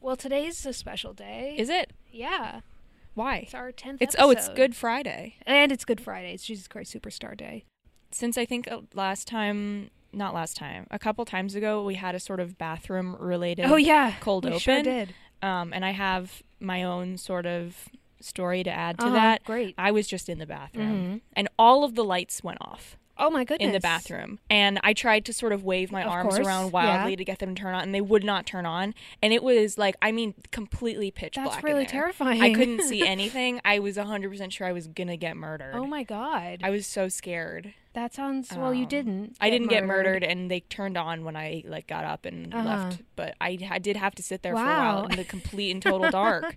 Well, today's a special day. Is it? Yeah. Why? It's our 10th It's oh, it's episode. Good Friday. And it's Good Friday. It's Jesus Christ Superstar Day. Since I think uh, last time, not last time, a couple times ago, we had a sort of bathroom related. Oh, yeah. cold we open Sure did. Um, and I have my own sort of story to add to Uh-huh, that. uh, Great. I was just in the bathroom, Mhm. and all of the lights went off Oh, my goodness. in the bathroom, and I tried to sort of wave my Of arms course, around yeah. wildly to get them to turn on, and they would not turn on. And it was like, I mean, completely pitch That's black. in really there. terrifying. I couldn't see anything. I was 100% sure I was going to get murdered. Oh, my God. I was so scared. that sounds. Well, you Um, didn't. I didn't get murdered, and they turned on when I like got up and Uh-huh. left. But I, I did have to sit there for a while Wow. in the complete and total dark.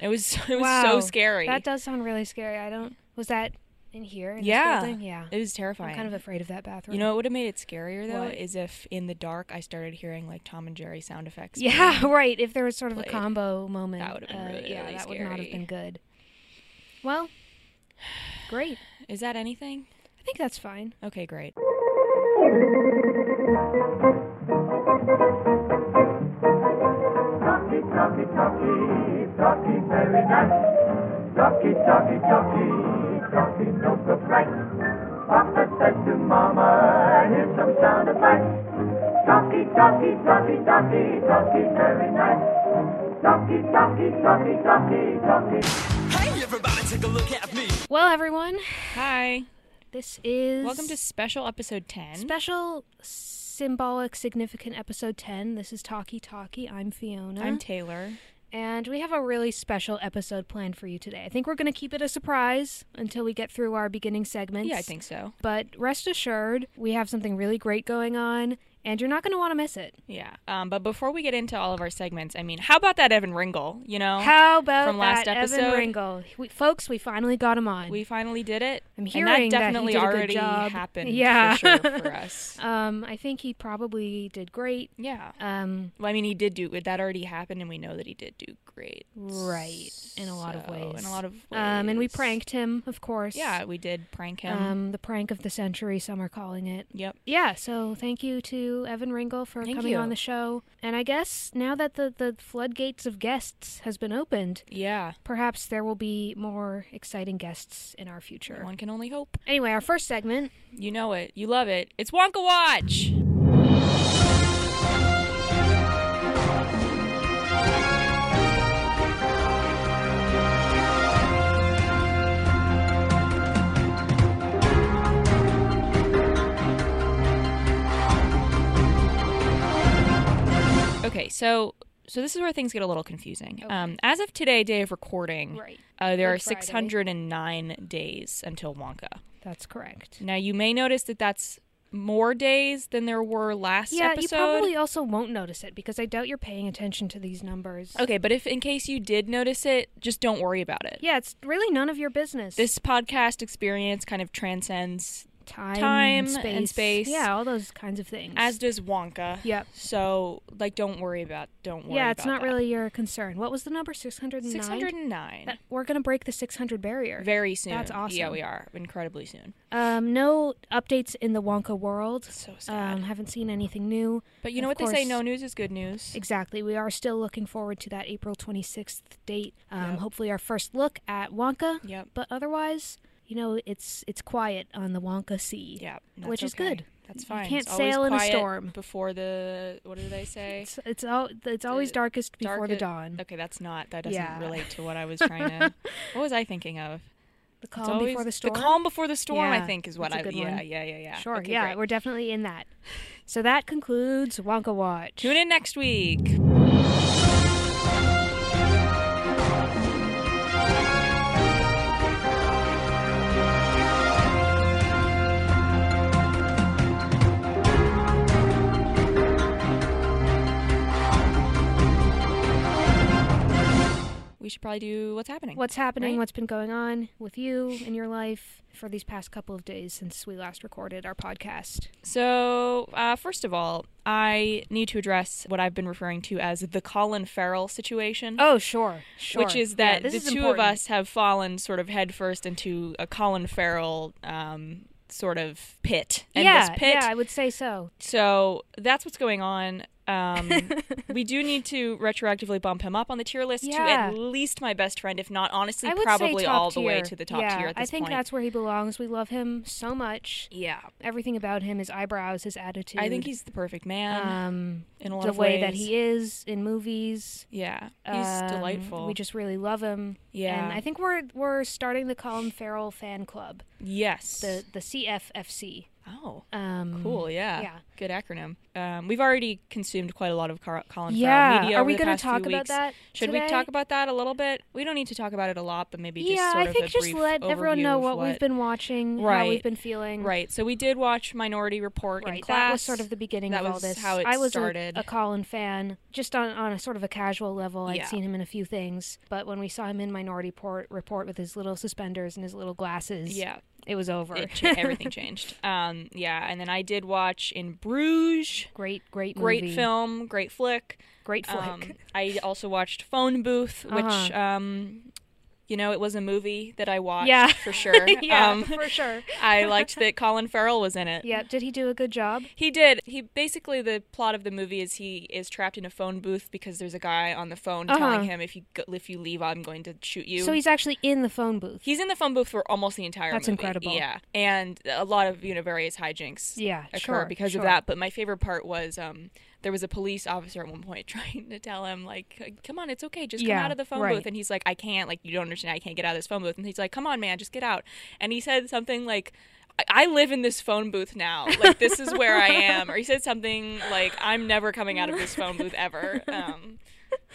It was it was Wow. so scary. That does sound really scary. I don't. Was that in here? In this Yeah. building? Yeah. it was terrifying. I'm kind of afraid of that bathroom. you know what would have made it scarier though What? is if in the dark I started hearing like Tom and Jerry sound effects. Yeah, right. If there was sort of a played. combo moment, uh, That would've been really, yeah, really that would not have scary. been good. Well, great. Is that anything? I think that's fine. Okay, great. Chucky, Chucky, Chucky, Chucky, very nice. Chucky, Chucky, Chucky, Chucky, no surprise. Papa said to Mama, here's some sound advice. Chucky, Chucky, Chucky, Chucky, Chucky, very nice. Chucky, Chucky, Chucky, Chucky, Chucky. Hey, everybody, take a look at me. Well, everyone, Hi. this is Welcome to special episode 10. special symbolic significant episode 10 this is talkie talkie i'm fiona I'm Taylor. and we have a really special episode planned for you today i think we're going to keep it a surprise until we get through our beginning segments Yeah, I think so. but rest assured we have something really great going on and you're not going to want to miss it Yeah. Um, but before we get into all of our segments, I mean, how about that Evan Ringel? You know, How about From last that episode? Evan Ringel? We, folks, we finally got him on. we finally did it. I'm and hearing that that he definitely did a good already job. happened Yeah. for sure for us. um, I think he probably did great. Yeah. Um, Well, I mean, he did do that already happened, and we know that he did do great. right in a lot of So, ways. In a lot of ways. Um, and we pranked him, of course. Yeah, we did prank him. Um, the prank of the century, some are calling it. yep. Yeah, so thank you to Evan Ringel for Thank coming you. on the show. And I guess now that the, the floodgates of guests has been opened, Yeah. perhaps there will be more exciting guests in our future. One can only hope. Anyway, our first segment You know it. You love it. It's Wonka Watch. Okay, so so this is where things get a little confusing. Um, as of today, day of recording, Right. uh, there Good are Friday. 609 days until Wonka. That's correct. Now you may notice that that's more days than there were last Yeah, episode. you probably also won't notice it because I doubt you're paying attention to these numbers. okay, but if in case you did notice it, just don't worry about it. Yeah, it's really none of your business. This podcast experience kind of transcends, time, time space. and space. Yeah, all those kinds of things. as does Wonka. Yep. So like, don't worry about, don't worry. yeah, it's about not that. really your concern. What was the number? 609? 609. That- We're going to break the 600 barrier. Very soon. That's Yeah, awesome. we are incredibly soon. Um, no updates in the Wonka world. So sad. Um, haven't seen anything new. But you know of what they say? course- No news is good news. Exactly. We are still looking forward to that April 26th date. Um, Hopefully, our first look at Wonka. Yep. But otherwise, you know, it's it's quiet on the Wonka Sea. Yeah, that's which is okay. good. That's You fine. can't It's always sail in a quiet storm. before the. What do they say? It's it's all it's always darkest before the Darkest- dawn. Okay, that's not. That doesn't Yeah. relate to what I was trying to. what was I thinking of? The It's calm before always- the storm. calm before the storm. I Yeah, think is what that's a I. good Yeah, one. yeah, yeah, yeah. Sure. Okay, yeah, great. we're definitely in that. So that concludes Wonka Watch. Tune in next week. We should probably do what's happening. What's happening? Right? What's been going on with you in your life for these past couple of days since we last recorded our podcast? So, uh, first of all, I need to address what I've been referring to as the Colin Farrell situation. Oh, sure, sure. Which is Yeah, that this the is two of important. us have fallen sort of headfirst into a Colin Farrell um, sort of pit. And yeah, this pit. yeah, I would say so. So that's what's going on. Um, we do need to retroactively bump him up on the tier list to Yeah. at least my best friend, if not honestly, I would probably say top all the way tier. to the top yeah, tier at this I think point. that's where he belongs. We love him so much. yeah. Everything about him, his eyebrows, his attitude. I think he's the perfect man um in a lot the of way ways. that he is in movies. Yeah, he's Um, delightful. We just really love him. Yeah. And I think we're we're starting the Colin Farrell fan club, yes. the the CFFC. oh, Um, cool. Yeah. yeah. Good acronym. Um, we've already consumed quite a lot of Car- Colin Yeah. Farrell media. Are over we the gonna past few talk about weeks. that Should we today? talk about that a little bit? We don't need to talk about it a lot, but maybe yeah, just sort I of think a just brief let everyone overview know of what, we've been watching, how Right. we've been feeling. Right. So we did watch Minority Report in Right, class. that was sort of the beginning That of all was this. how it I was a- started. A, Colin fan, just on, on a sort of a casual level. I'd Yeah. seen him in a few things, but when we saw him in Minority Port, Report with his little suspenders and his little glasses, Yeah. it was over. It cha- everything changed. Um, yeah, and then I did watch In Bruges. great, great, Great movie. film, great flick. great flick. Um, I also watched Phone Booth, which, Uh-huh. um, you know, it was a movie that I watched Yeah. for sure. yeah, um, for sure. I liked that Colin Farrell was in it. Yeah, did he do a good job? He did. He basically the plot of the movie is he is trapped in a phone booth because there's a guy on the phone Uh-huh. telling him if you go, if you leave I'm going to shoot you. So he's actually in the phone booth. He's in the phone booth for almost the entire That's movie. incredible. Yeah. And a lot of, you know, various hijinks Yeah, occur sure, because sure. of that. But my favorite part was um, there was a police officer at one point trying to tell him, like, come on, it's okay. Just Yeah, come out of the phone right. booth. And he's like, I can't. Like, you don't understand. I can't get out of this phone booth. And he's like, come on, man, just get out. And he said something like, "I- I live in this phone booth now. Like this is where I am. Or he said something like, "I'm never coming out of this phone booth ever." Um,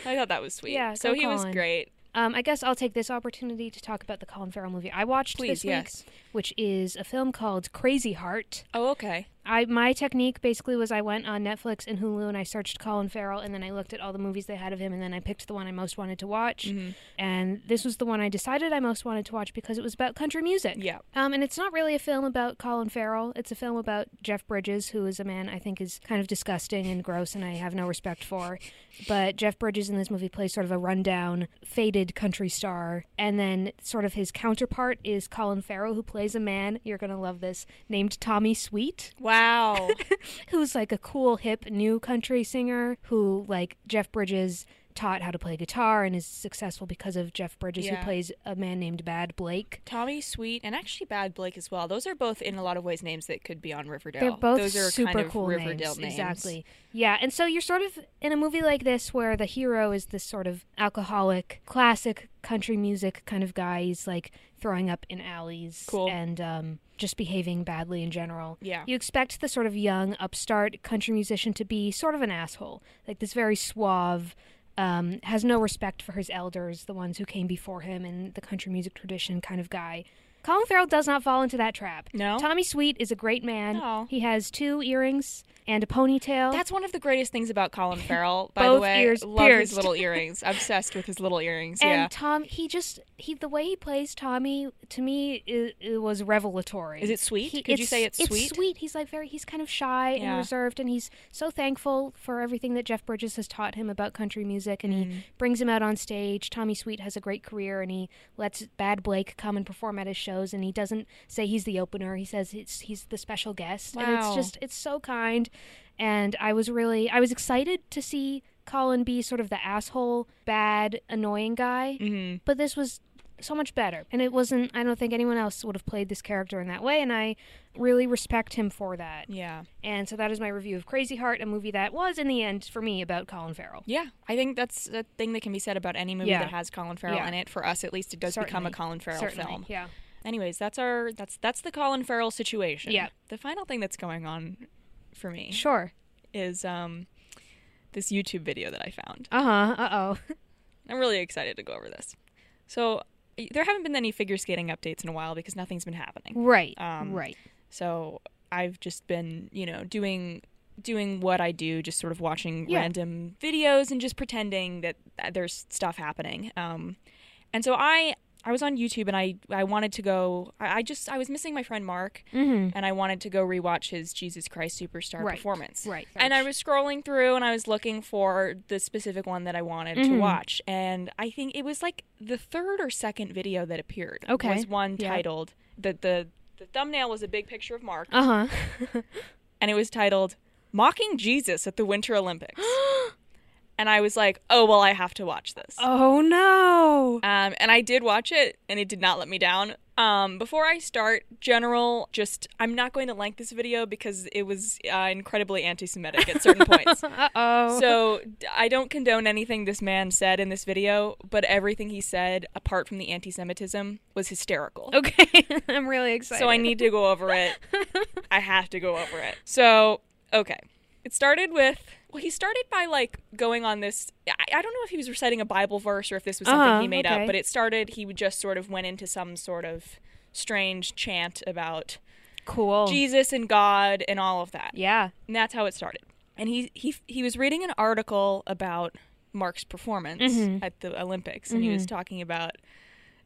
I thought that was sweet. Yeah, so go he was Colin. great. Um, I guess I'll take this opportunity to talk about the Colin Farrell movie I watched Please, this week, yes. which is a film called Crazy Heart. Oh, okay. I my technique basically was I went on Netflix and Hulu and I searched Colin Farrell and then I looked at all the movies they had of him and then I picked the one I most wanted to watch. Mm-hmm. And this was the one I decided I most wanted to watch because it was about country music. Yeah. Um, and it's not really a film about Colin Farrell. It's a film about Jeff Bridges, who is a man I think is kind of disgusting and gross and I have no respect for. But Jeff Bridges in this movie plays sort of a rundown, faded country star. And then sort of his counterpart is Colin Farrell, who plays a man, you're going to love this, named Tommy Sweet Wow. who's like a cool hip new country singer who like Jeff Bridges taught how to play guitar and is successful because of Jeff Bridges Yeah. who plays a man named Bad Blake. Tommy Sweet and actually Bad Blake as well. Those are both in a lot of ways names that could be on Riverdale. They're both Those are super kind of cool Riverdale names. Exactly. Yeah, and so you're sort of in a movie like this where the hero is this sort of alcoholic, classic country music kind of guy. He's like throwing up in alleys Cool. and um, just behaving badly in general. Yeah. You expect the sort of young upstart country musician to be sort of an asshole, like this very suave. Um, has no respect for his elders, the ones who came before him in the country music tradition kind of guy. Colin Farrell does not fall into that trap. No? Tommy Sweet is a great man. Aw. He has two earrings and a ponytail. That's one of the greatest things about Colin Farrell, by the Both way. ears Love pierced. his little earrings. Obsessed with his little earrings. and yeah. Tom, he just he the way he plays Tommy to me it, it was revelatory. Is it sweet? He- Could you say it's It's sweet? sweet. He's like very he's kind of shy and Yeah. reserved, and he's so thankful for everything that Jeff Bridges has taught him about country music, and Mm-hmm. he brings him out on stage. Tommy Sweet has a great career, and he lets Bad Blake come and perform at his shows, and he doesn't say he's the opener. He says it's, he's the special guest, and it's Wow. just it's so kind and i was really i was excited to see colin be sort of the asshole bad annoying guy mm-hmm. but this was so much better and it wasn't i don't think anyone else would have played this character in that way and i really respect him for that yeah. and so that is my review of crazy heart a movie that was in the end for me about colin farrell Yeah. I think that's a thing that can be said about any movie Yeah. that has Colin Farrell Yeah. in it. For us at least it does become a Certainly. Colin Farrell Certainly. film. yeah Anyways, that's our that's that's the Colin Farrell situation. Yeah. The final thing that's going on for me sure is um this YouTube video that I found. uh-huh uh-oh I'm really excited to go over this. So there haven't been any figure skating updates in a while because nothing's been happening. right Um, right So I've just been, you know, doing doing what I do, just sort of watching Yeah. random videos and just pretending that, that there's stuff happening. Um, and so I I was on YouTube and I I wanted to go. I, I just I was missing my friend Mark, and I wanted to go rewatch his Jesus Christ Superstar Mm-hmm. Right. performance. Right. And I was scrolling through and I was looking for the specific one that I wanted Mm-hmm. to watch, and I think it was like the third or second video that appeared. Okay. Was one Yeah. titled that the the thumbnail was a big picture of Mark uh-huh and it was titled mocking Jesus at the Winter Olympics. and I was like, oh, well, I have to watch this. Oh no. Um, and I did watch it, and it did not let me down. Um, before I start, general, just I'm not going to like this video because it was uh, incredibly anti-Semitic at certain points. Uh oh. So d- I don't condone anything this man said in this video, but everything he said, apart from the anti-Semitism, was hysterical. okay, I'm really excited. So I need to go over it. I have to go over it. So, okay. It started with well, he started by like going on this. I, I don't know if he was reciting a Bible verse or if this was something Uh-huh, he made okay. up, but it started. He would just sort of went into some sort of strange chant about cool. Jesus and God and all of that. Yeah. And that's how it started. And he he he was reading an article about Mark's performance Mm-hmm. at the Olympics, and he was talking about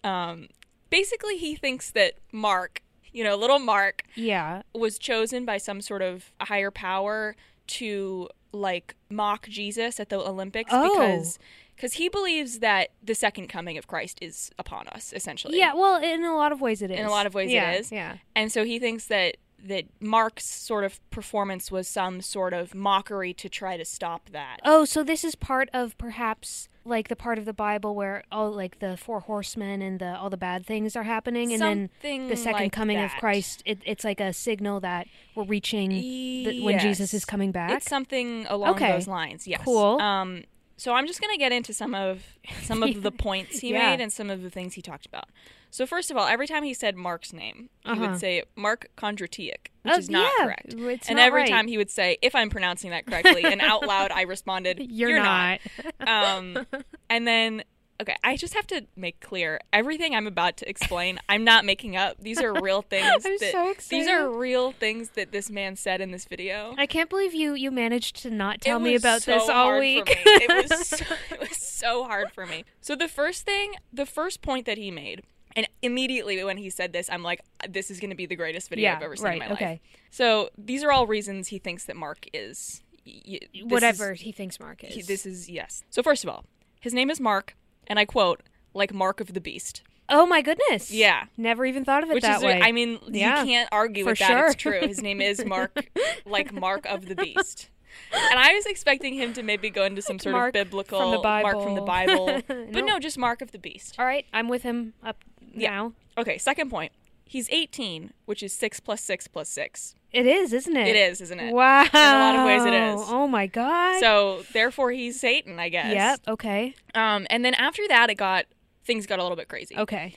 um, basically he thinks that Mark, you know, little Mark Yeah. was chosen by some sort of higher power to like mock Jesus at the Olympics Oh. because because he believes that the second coming of Christ is upon us essentially. Yeah. Well, in a lot of ways it is. In a lot of ways it Yeah, is. Yeah. And so he thinks that that Mark's sort of performance was some sort of mockery to try to stop that. Oh, so this is part of perhaps like the part of the Bible where all like the four horsemen and the all the bad things are happening, and then Something the second like coming of that. Christ. It, it's like a signal that we're reaching the, when Jesus Yes. is coming back. It's something along Okay. those lines. Yes. Cool. Um, so I'm just gonna get into some of some of the points he Yeah. made and some of the things he talked about. So first of all, every time he said Mark's name, he Uh-huh. would say Mark Kondratiuk, which Oh, is not yeah, correct. it's and not every right. time he would say, if I'm pronouncing that correctly, and out loud I responded, You're, not. not. Um, and then, okay, I just have to make clear everything I'm about to explain. I'm not making up. These are real things. I'm that, so These are excited. real things that this man said in this video. I can't believe you you managed to not tell It me was about so this all hard for week. me. It was so, it was so hard for me. So the first thing, the first point that he made, and immediately when he said this, I'm like, this is going to be the greatest video yeah. I've ever seen right. in my okay. life. So these are all reasons he thinks that Mark is y- y- this is- Whatever he thinks Mark is. he- this is yes. So first of all, his name is Mark, and I quote, like Mark of the Beast, oh my goodness. Yeah. Never even thought of it which that is way. I mean, Yeah. you can't argue For with that. It's sure. true. His name is Mark, like Mark of the Beast. And I was expecting him to maybe go into some sort Mark of biblical from the Mark from the Bible. Bible, but No. no, just Mark of the Beast. all right, I'm with him up Yeah. now. Okay, second point. He's 18, which is six plus six plus six. It is, isn't it? It is, isn't it? Wow. lot of ways it is. Oh my god. So therefore, he's Satan, I guess. Yep. Okay. Um, and then after that, it got things got a little bit crazy. Okay.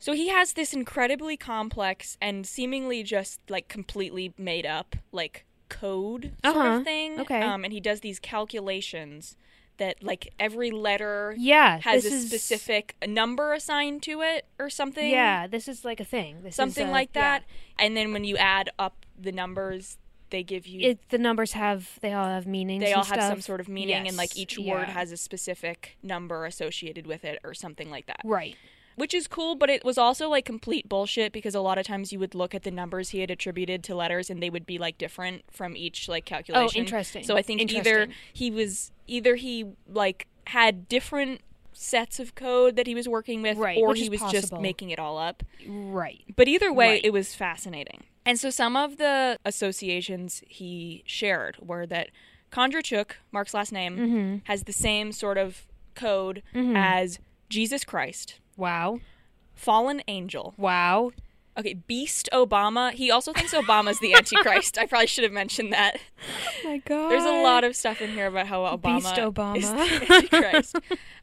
So he has this incredibly complex and seemingly just like completely made up like code sort Uh-huh. of thing. Okay. Um, and he does these calculations that like every letter Yeah. has this a is- specific number assigned to it or something. Yeah. This is like a thing. This is Something a- like yeah. that. And then when you add up the numbers, they give you It, the numbers have they all have meanings. they and all have some stuff. sort of meaning and like Yes, each word yeah. has a specific number associated with it or something like that. Right. which is cool but it was also like complete bullshit because a lot of times you would look at the numbers he had attributed to letters and they would be like different from each like calculation interesting. so i think either Interesting. he was either he like had different sets of code that he was working with Right, or which he is was just possible. making it all up Right. but either way, Right. it was fascinating. And so some of the associations he shared were that Kondrachuk, Mark's last name, has the same sort of code as Jesus Christ, Wow. fallen angel. Wow. Okay, beast Obama. He also thinks Obama's the Antichrist. I probably should have mentioned that. my god. There's a lot of stuff in here about how Obama Beast Obama. is the Antichrist.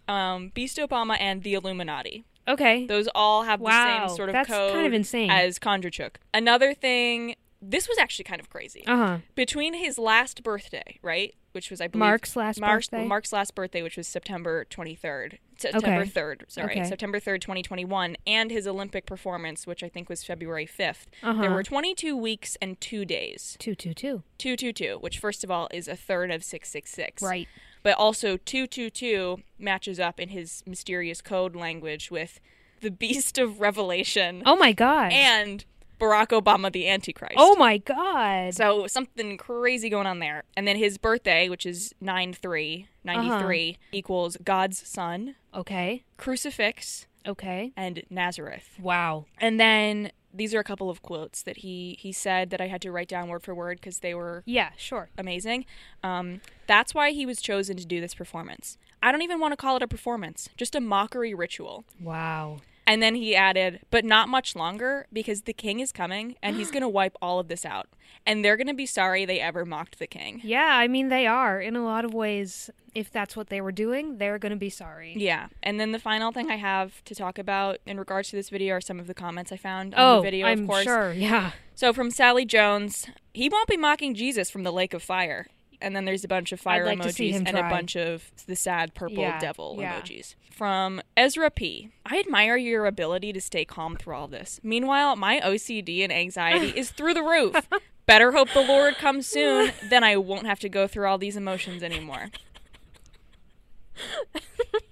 um, beast Obama and the Illuminati. Okay. Those all have the Wow, same sort of that's code kind of insane. as Kondrachuk. Another thing, this was actually kind of crazy. Uh huh. Between his last birthday, right, which was I believe Mark's last Mark's, birthday? Mark's last birthday, which was September 23rd, September 3rd, sorry, Okay. September 3rd, 2021, and his Olympic performance, which I think was February 5th. Uh-huh. There were 22 weeks and two days, Two two two. two two two, which first of all is a third of 666, Right. but also 222 matches up in his mysterious code language with the beast of revelation Oh my god. and Barack Obama the antichrist. oh my god. So something crazy going on there. And then his birthday, which is 93, 93 equals God's son, okay. crucifix Okay. and Nazareth. Wow. And then These are a couple of quotes that he he said that I had to write down word for word because they were Yeah, sure. amazing. Um, that's why he was chosen to do this performance. I don't even want to call it a performance, just a mockery ritual. Wow. And then he added, but not much longer because the king is coming and he's going to wipe all of this out. And they're going to be sorry they ever mocked the king. Yeah, I mean, they are. In a lot of ways, if that's what they were doing, they're going to be sorry. Yeah. And then the final thing I have to talk about in regards to this video are some of the comments I found on Oh, the video, I'm of course. sure. Yeah. So from Sally Jones, he won't be mocking Jesus from the lake of fire. And then there's a bunch of fire I'd like to see emojis him and a try. bunch of the sad purple Yeah, devil yeah. emojis. From Ezra P. I admire your ability to stay calm through all this. Meanwhile, my OCD and anxiety is through the roof. Better hope the Lord comes soon, then I won't have to go through all these emotions anymore.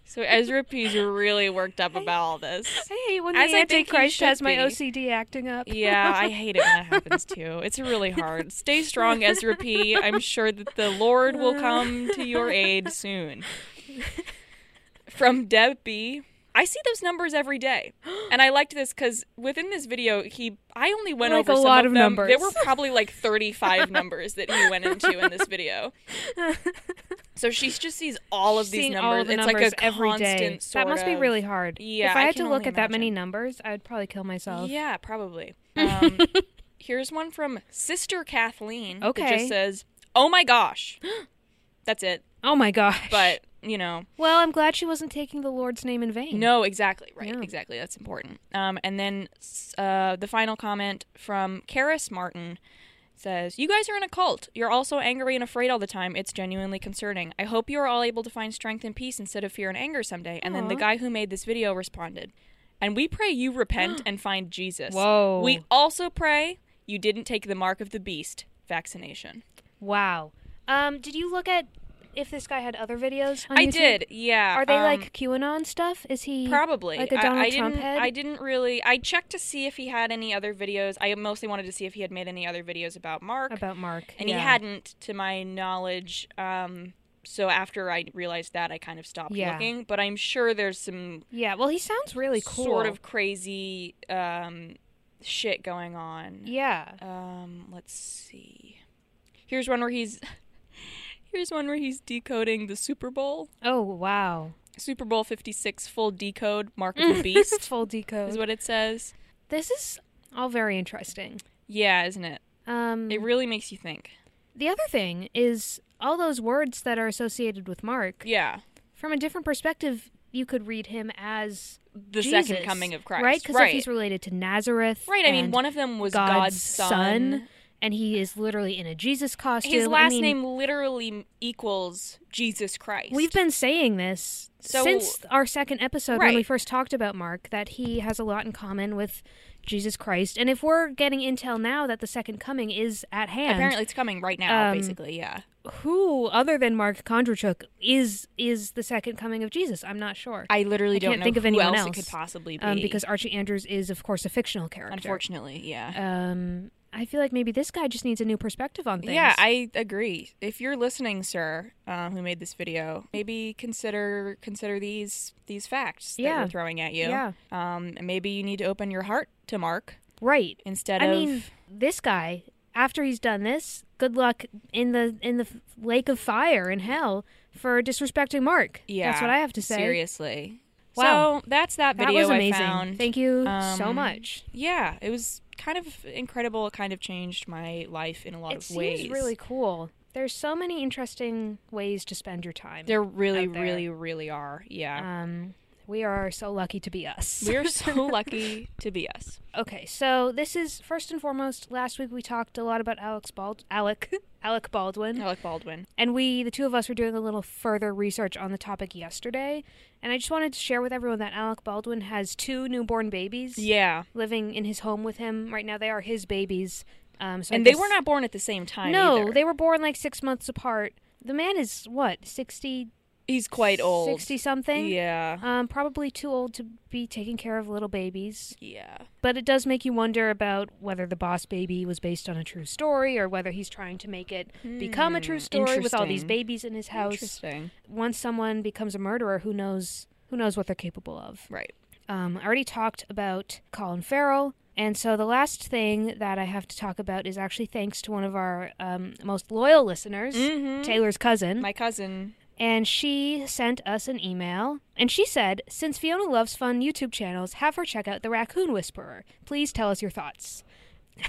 So Ezra P's really worked up about all this. Hey, when As the I think he Antichrist should has my be. OCD acting up. Yeah, I hate it when that happens too. It's really hard. Stay strong, Ezra P. I'm sure that the Lord will come to your aid soon. From Deb B. I see those numbers every day, and I liked this because within this video, he I only went Like over a some lot of of them. numbers. There were probably like 35 numbers that he went into in this video. So she just sees all of these Seeing numbers. all the it's numbers like a every constant day. sort That must be of- really hard. Yeah, If I I had to can look only at that many imagine. numbers, I would probably kill myself. Yeah, probably. Um, here's one from Sister Kathleen. That Okay. just says, "Oh my gosh," that's it. Oh my gosh. But you know, well, I'm glad she wasn't taking the Lord's name in vain. no, exactly right, Yeah. exactly. That's important. Um, and then s- uh, the final comment from Karis Martin says, "You guys are in a cult. You're also angry and afraid all the time. It's genuinely concerning. I hope you are all able to find strength and peace instead of fear and anger someday." And then the Aw. guy who made this video responded. And we pray you repent and find Jesus. Whoa. We also pray you didn't take the mark of the beast vaccination. Wow. Um, did you look at if this guy had other videos? On I YouTube? did, yeah. Are they um, like QAnon stuff? Is he probably like a I- Donald I, Trump didn't, head? I didn't really. I checked to see if he had any other videos. I mostly wanted to see if he had made any other videos about Mark, about Mark. and he yeah. hadn't, to my knowledge. Um, so after I realized that, I kind of stopped Yeah. looking. But I'm sure there's some Yeah. Well, he sounds really cool. sort of crazy um, shit going on. Yeah. Um, let's see. Here's one where he's here's one where he's decoding the Super Bowl. Oh wow. Super Bowl 56 full decode Mark of the Beast Full is decode. what it says. this is all very interesting. Yeah, isn't it? Um, It really makes you think. the other thing is all those words that are associated with Mark. Yeah. From a different perspective, you could read him as The Jesus, second coming of Christ. right? Because right. if he's related to Nazareth, right, I mean and one of them was God's, God's, son, and he is literally in a Jesus costume. His I last mean, name literally equals Jesus Christ. We've been saying this So- since our second episode when we Right. first talked about Mark that he has a lot in common with Jesus Christ. And if we're getting intel now that the second coming is at hand, Apparently it's coming right now um, basically, yeah. who other than Mark Kondrachuk is is the second coming of Jesus? I'm not sure. I literally don't can't know think of who anyone else, it could else, possibly be. um, because Archie Andrews is of course a fictional character. unfortunately, yeah. Um I feel like maybe this guy just needs a new perspective on things. Yeah, I agree. If you're listening, sir, um, who made this video, maybe consider consider these these facts that Yeah. we're throwing at you. Yeah. Um, and maybe you need to open your heart to Mark right. instead I of. mean, this guy after he's done this, good luck in the in the f- lake of fire in hell for disrespecting Mark. yeah, that's what I have to say. Seriously. Wow. So that's that That video was amazing. I found. Thank you so Um, much. Yeah, it was kind of incredible. It kind of changed my life in a lot It of seems ways. really cool. There's so many interesting ways to spend your time. there really, out there. really, really are. Yeah. um, we are so lucky to be us. We're so lucky to be us. Okay, so this is first and foremost. Last week we talked a lot about Alex Bald Alec Alec Baldwin. Alec Baldwin. And we, the two of us, were doing a little further research on the topic yesterday. And I just wanted to share with everyone that Alec Baldwin has two newborn babies Yeah. living in his home with him right now. They are his babies. Um, so I And they guess- were not born at the same time No, either. they were born like six months apart. The man is what sixty, He's quite old. sixty something. Yeah. Um, probably too old to be taking care of little babies. Yeah. But it does make you wonder about whether the Boss Baby was based on a true story or whether he's trying to make it become a true story with all these Hmm. interesting. babies in his house. Interesting. once someone becomes a murderer, who knows who knows what they're capable of. Right. Um, I already talked about Colin Farrell And so the last thing that I have to talk about is actually thanks to one of our um, most loyal listeners, Taylor's cousin. My cousin. and she sent us an email. And she said, Since Fiona loves fun YouTube channels, have her check out The Raccoon Whisperer. Please tell us your thoughts.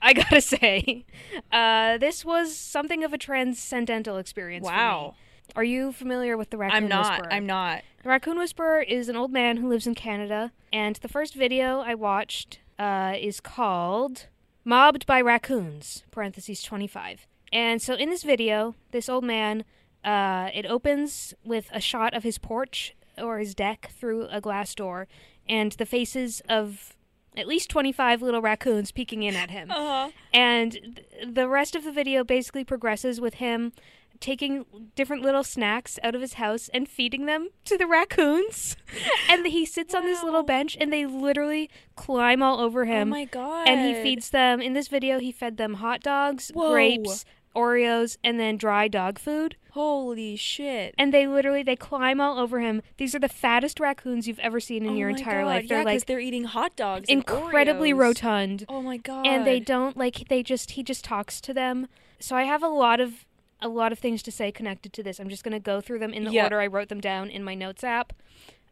I gotta say, uh, this was something of a transcendental experience. for me. Wow. Are you familiar with The Raccoon I'm not. Whisperer? I'm not. The Raccoon Whisperer is an old man who lives in Canada, and the first video I watched uh, is called "Mobbed by Raccoons" (parentheses 25). And so, in this video, this old man, uh, it opens with a shot of his porch or his deck through a glass door, and the faces of at least 25 little raccoons peeking in at him. Uh-huh. And th- the rest of the video basically progresses with him taking different little snacks out of his house and feeding them to the raccoons. and he sits on this little bench and they literally climb all over him. Oh my Um, God. And he feeds them in this video he fed them hot dogs, Whoa. grapes, Oreos, and then dry dog food. Holy shit. And they literally they climb all over him. These are the fattest raccoons you've ever seen in Oh your my entire God. life. Yeah, They're 'cause like they're eating hot dogs. and incredibly Oreos. rotund Oh my god. and they don't like they just he just talks to them so i have a lot of a lot of things to say connected to this i'm just going to go through them in the Yeah. order i wrote them down in my notes app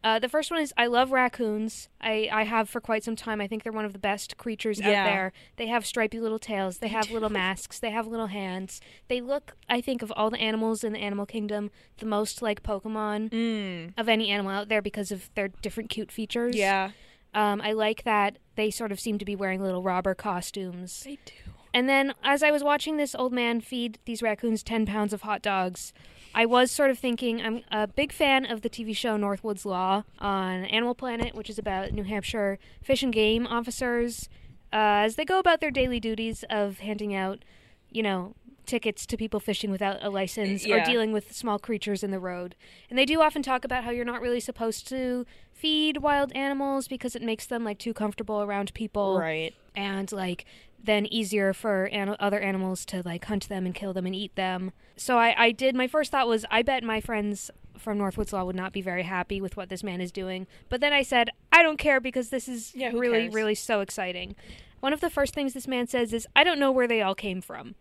uh, the first one is i love raccoons I, I have for quite some time i think they're one of the best creatures out Yeah. there they have stripy little tails they have little masks they have little hands they look i think of all the animals in the animal kingdom the most like pokemon of any animal out there because of their different cute features Mm. Yeah. um, i like that they sort of seem to be wearing little robber costumes They do. and then, as I was watching this old man feed these raccoons 10 pounds of hot dogs, I was sort of thinking I'm a big fan of the TV show Northwood's Law on Animal Planet, which is about New Hampshire fish and game officers uh, as they go about their daily duties of handing out, you know, tickets to people fishing without a license or Yeah. dealing with small creatures in the road. And they do often talk about how you're not really supposed to feed wild animals because it makes them like too comfortable around people Right. and like then easier for an- other animals to like hunt them and kill them and eat them. So I, I did. My first thought was, I bet my friends from Northwoods Law would not be very happy with what this man is doing. But then I said, I don't care because this is Yeah, who really, cares? really so exciting. One of the first things this man says is, I don't know where they all came from.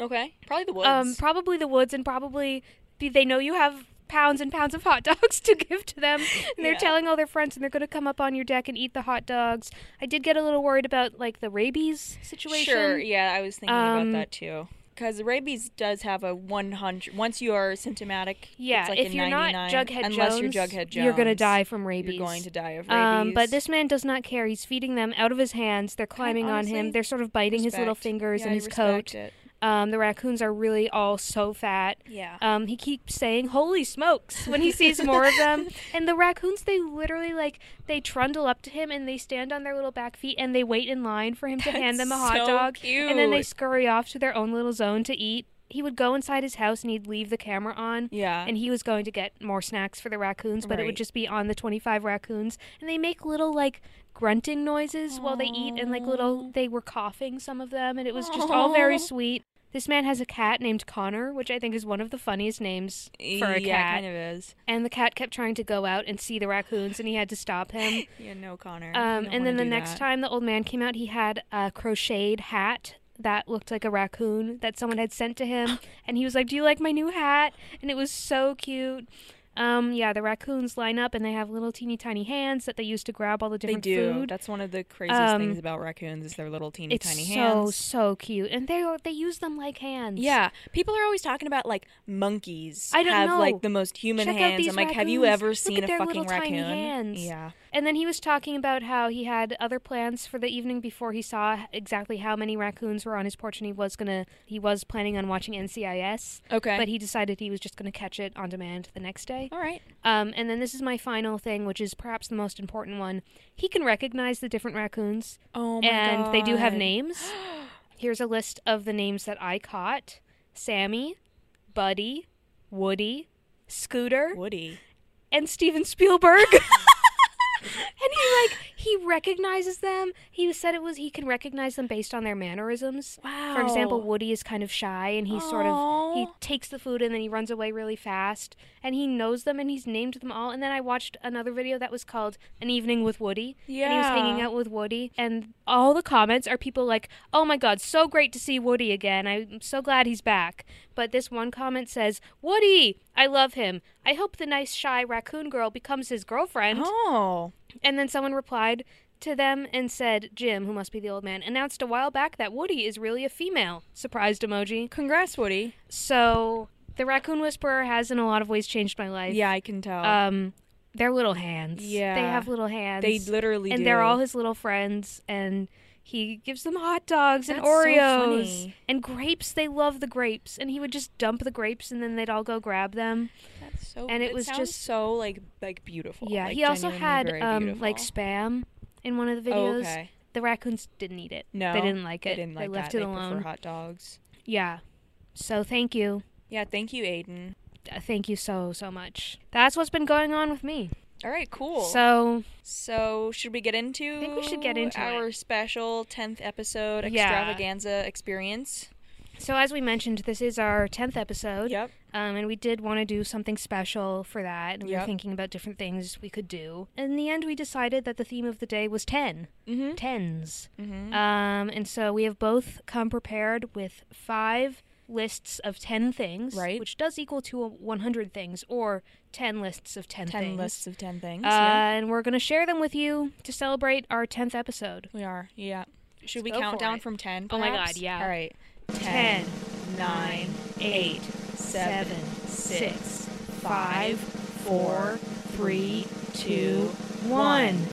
Okay. Probably the woods. Um, probably the woods, and probably the- they know you have pounds and pounds of hot dogs to give to them. And they're Yeah. telling all their friends, and they're going to come up on your deck and eat the hot dogs. I did get a little worried about like the rabies situation. Sure. Yeah, I was thinking Um, about that too. Because rabies does have a 100. Once you are symptomatic, Yeah, it's like if a you're not 99. Jughead unless Jones, you're Jughead Jones, you're gonna die from rabies. You're going to die of rabies. Um, but this man does not care. He's feeding them out of his hands. They're climbing on honestly, him. They're sort of biting his little respect. fingers Yeah, and I his respect coat. it. Um, the raccoons are really all so fat. Yeah. Um, he keeps saying "Holy smokes!" when he sees more of them. And the raccoons, they literally like they trundle up to him and they stand on their little back feet and they wait in line for him to hand them a hot so dog. And then they cute. scurry off to their own little zone to eat. He would go inside his house and he'd leave the camera on. Yeah. And he was going to get more snacks for the raccoons, but it would Right. just be on the 25 raccoons. And they make little, like, grunting noises while they eat, and, like, little, they were coughing, some of them, and it was just all very Aw. sweet. This man has a cat named Connor, which I think is one of the funniest names for a yeah, cat. kind of is. And the cat kept trying to go out and see the raccoons, and he had to stop him. Yeah, no, Connor. You Um, don't and wanna then the do next that. time the old man came out, he had a crocheted hat that looked like a raccoon that someone had sent to him, and he was like, "Do you like my new hat?" And it was so cute. Um, yeah, the raccoons line up, and they have little teeny tiny hands that they use to grab all the they different do. food. That's one of the craziest Um, things about raccoons is their little teeny it's tiny so hands. so cute, and they are, they use them like hands. Yeah, people are always talking about like monkeys. I don't have know. like the most human Check hands. out these I'm like, raccoons. have you ever Look seen at a their fucking little tiny raccoon? hands. Yeah, And then he was talking about how he had other plans for the evening before he saw exactly how many raccoons were on his porch, and he was gonna he was planning on watching NCIS. Okay. But he decided he was just gonna catch it on demand the next day. all right. Um, and then this is my final thing, which is perhaps the most important one. He can recognize the different raccoons. Oh my and they do have God. names. Here's a list of the names that I caught: Sammy, Buddy, Woody, Scooter Woody. and Steven Spielberg. and he like He recognizes them. He said it was he can recognize them based on their mannerisms. Wow. For example, Woody is kind of shy and he sort of he Aw. takes the food and then he runs away really fast and he knows them and he's named them all. And then I watched another video that was called An Evening with Woody. And he was Yeah. hanging out with Woody and all the comments are people like, "Oh my god, so great to see Woody again. I'm so glad he's back." But this one comment says, "Woody, I love him. I hope the nice shy raccoon girl becomes his girlfriend." Oh. And then someone replied to them and said, Jim, who must be the old man, announced a while back that Woody is really a female. Surprised emoji. Congrats, Woody. So, the raccoon whisperer has in a lot of ways changed my life. Yeah, I can tell. Um, they're little hands. Yeah. They have little hands. they literally And do. they're all his little friends. And he gives them hot dogs and That's so Oreos funny. and grapes. They love the grapes. And he would just dump the grapes and then they'd all go grab them. That's so. and it that was sounds just- so like like beautiful. Yeah. Like, he also genuinely had very um, beautiful. like spam in one of the videos. Oh, okay. the raccoons didn't eat it. No, they didn't like it. They didn't like left that. it they alone. prefer hot dogs. yeah. So thank you, Yeah, thank you, Aiden. Uh, thank you so so much. That's what's been going on with me. All right, cool. So, So should we get into? I think we should get into our special tenth episode Yeah. extravaganza experience. so as we mentioned, this is our tenth episode. Yep. Um, and we did want to do something special for that. And we were Yep. thinking about different things we could do. In the end, we decided that the theme of the day was 10 Mhm. 10s Mm-hmm. Um, and so we have both come prepared with five lists of 10 things, Right. which does equal to a 100 things or 10 lists of 10, Ten things. lists of ten things. Uh, yeah. And we're going to share them with you to celebrate our 10th episode. We are. Yeah. Should we go count for down it. from ten? Oh my God, perhaps? yeah. All right. 10, 9, 8, seven, 7, six, 6, five, 4, 3, 2, 1.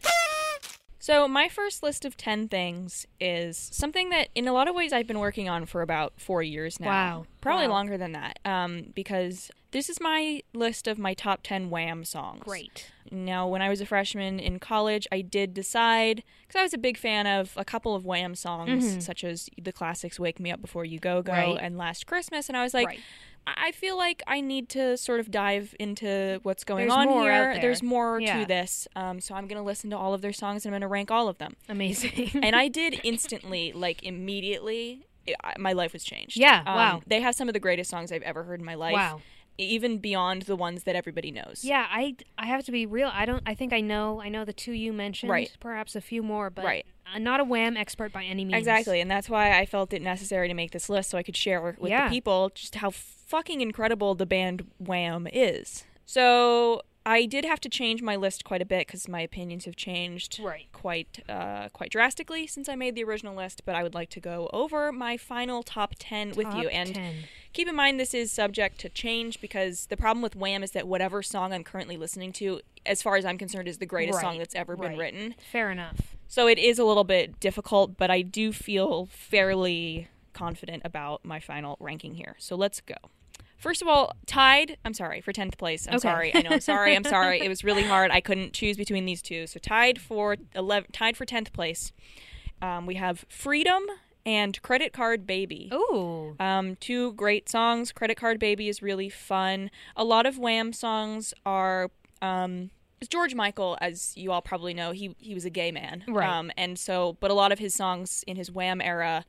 So, my first list of 10 things is something that, in a lot of ways, I've been working on for about four years now. Wow. Probably Wow. longer than that, um, because this is my list of my top 10 Wham songs. Great. Now, when I was a freshman in college, I did decide, because I was a big fan of a couple of Wham songs, such as the classics Wake Me Up Before You Go Go Mm-hmm. Right. and Last Christmas, and I was like, Right. I I feel like I need to sort of dive into what's going There's on more here. out there. There's more Yeah. to this. Um, so I'm going to listen to all of their songs and I'm going to rank all of them. Amazing. And I did instantly, like immediately, it, I, my life was changed. Yeah, Um, wow. They have some of the greatest songs I've ever heard in my life. e, Wow. Even beyond the ones that everybody knows. Yeah, I I have to be real. I don't. I think I know. I know the two you mentioned. Right. Perhaps a few more, but Right. I'm not a wham expert by any means. Exactly, and that's why I felt it necessary to make this list so I could share with Yeah. the people just how fucking incredible the band Wham is. So I did have to change my list quite a bit because my opinions have changed Right. quite uh, quite drastically since I made the original list. But I would like to go over my final top ten with Top you and. 10. Keep in mind this is subject to change because the problem with Wham is that whatever song I'm currently listening to, as far as I'm concerned, is the greatest Right, song that's ever right. been written. Fair enough. So it is a little bit difficult, but I do feel fairly confident about my final ranking here. So let's go. First of all, tied, I'm sorry, for 10th place. I'm Okay. sorry. I know. I'm sorry. I'm sorry. It was really hard. I couldn't choose between these two. So tied for 11, tied for 10th place. Um, we have Freedom and Credit Card Baby. Ooh. Um, two great songs. Credit Card Baby is really fun. A lot of Wham songs are. Um, George Michael, as you all probably know, he he was a gay man, Right. Um, and so, but a lot of his songs in his Wham era,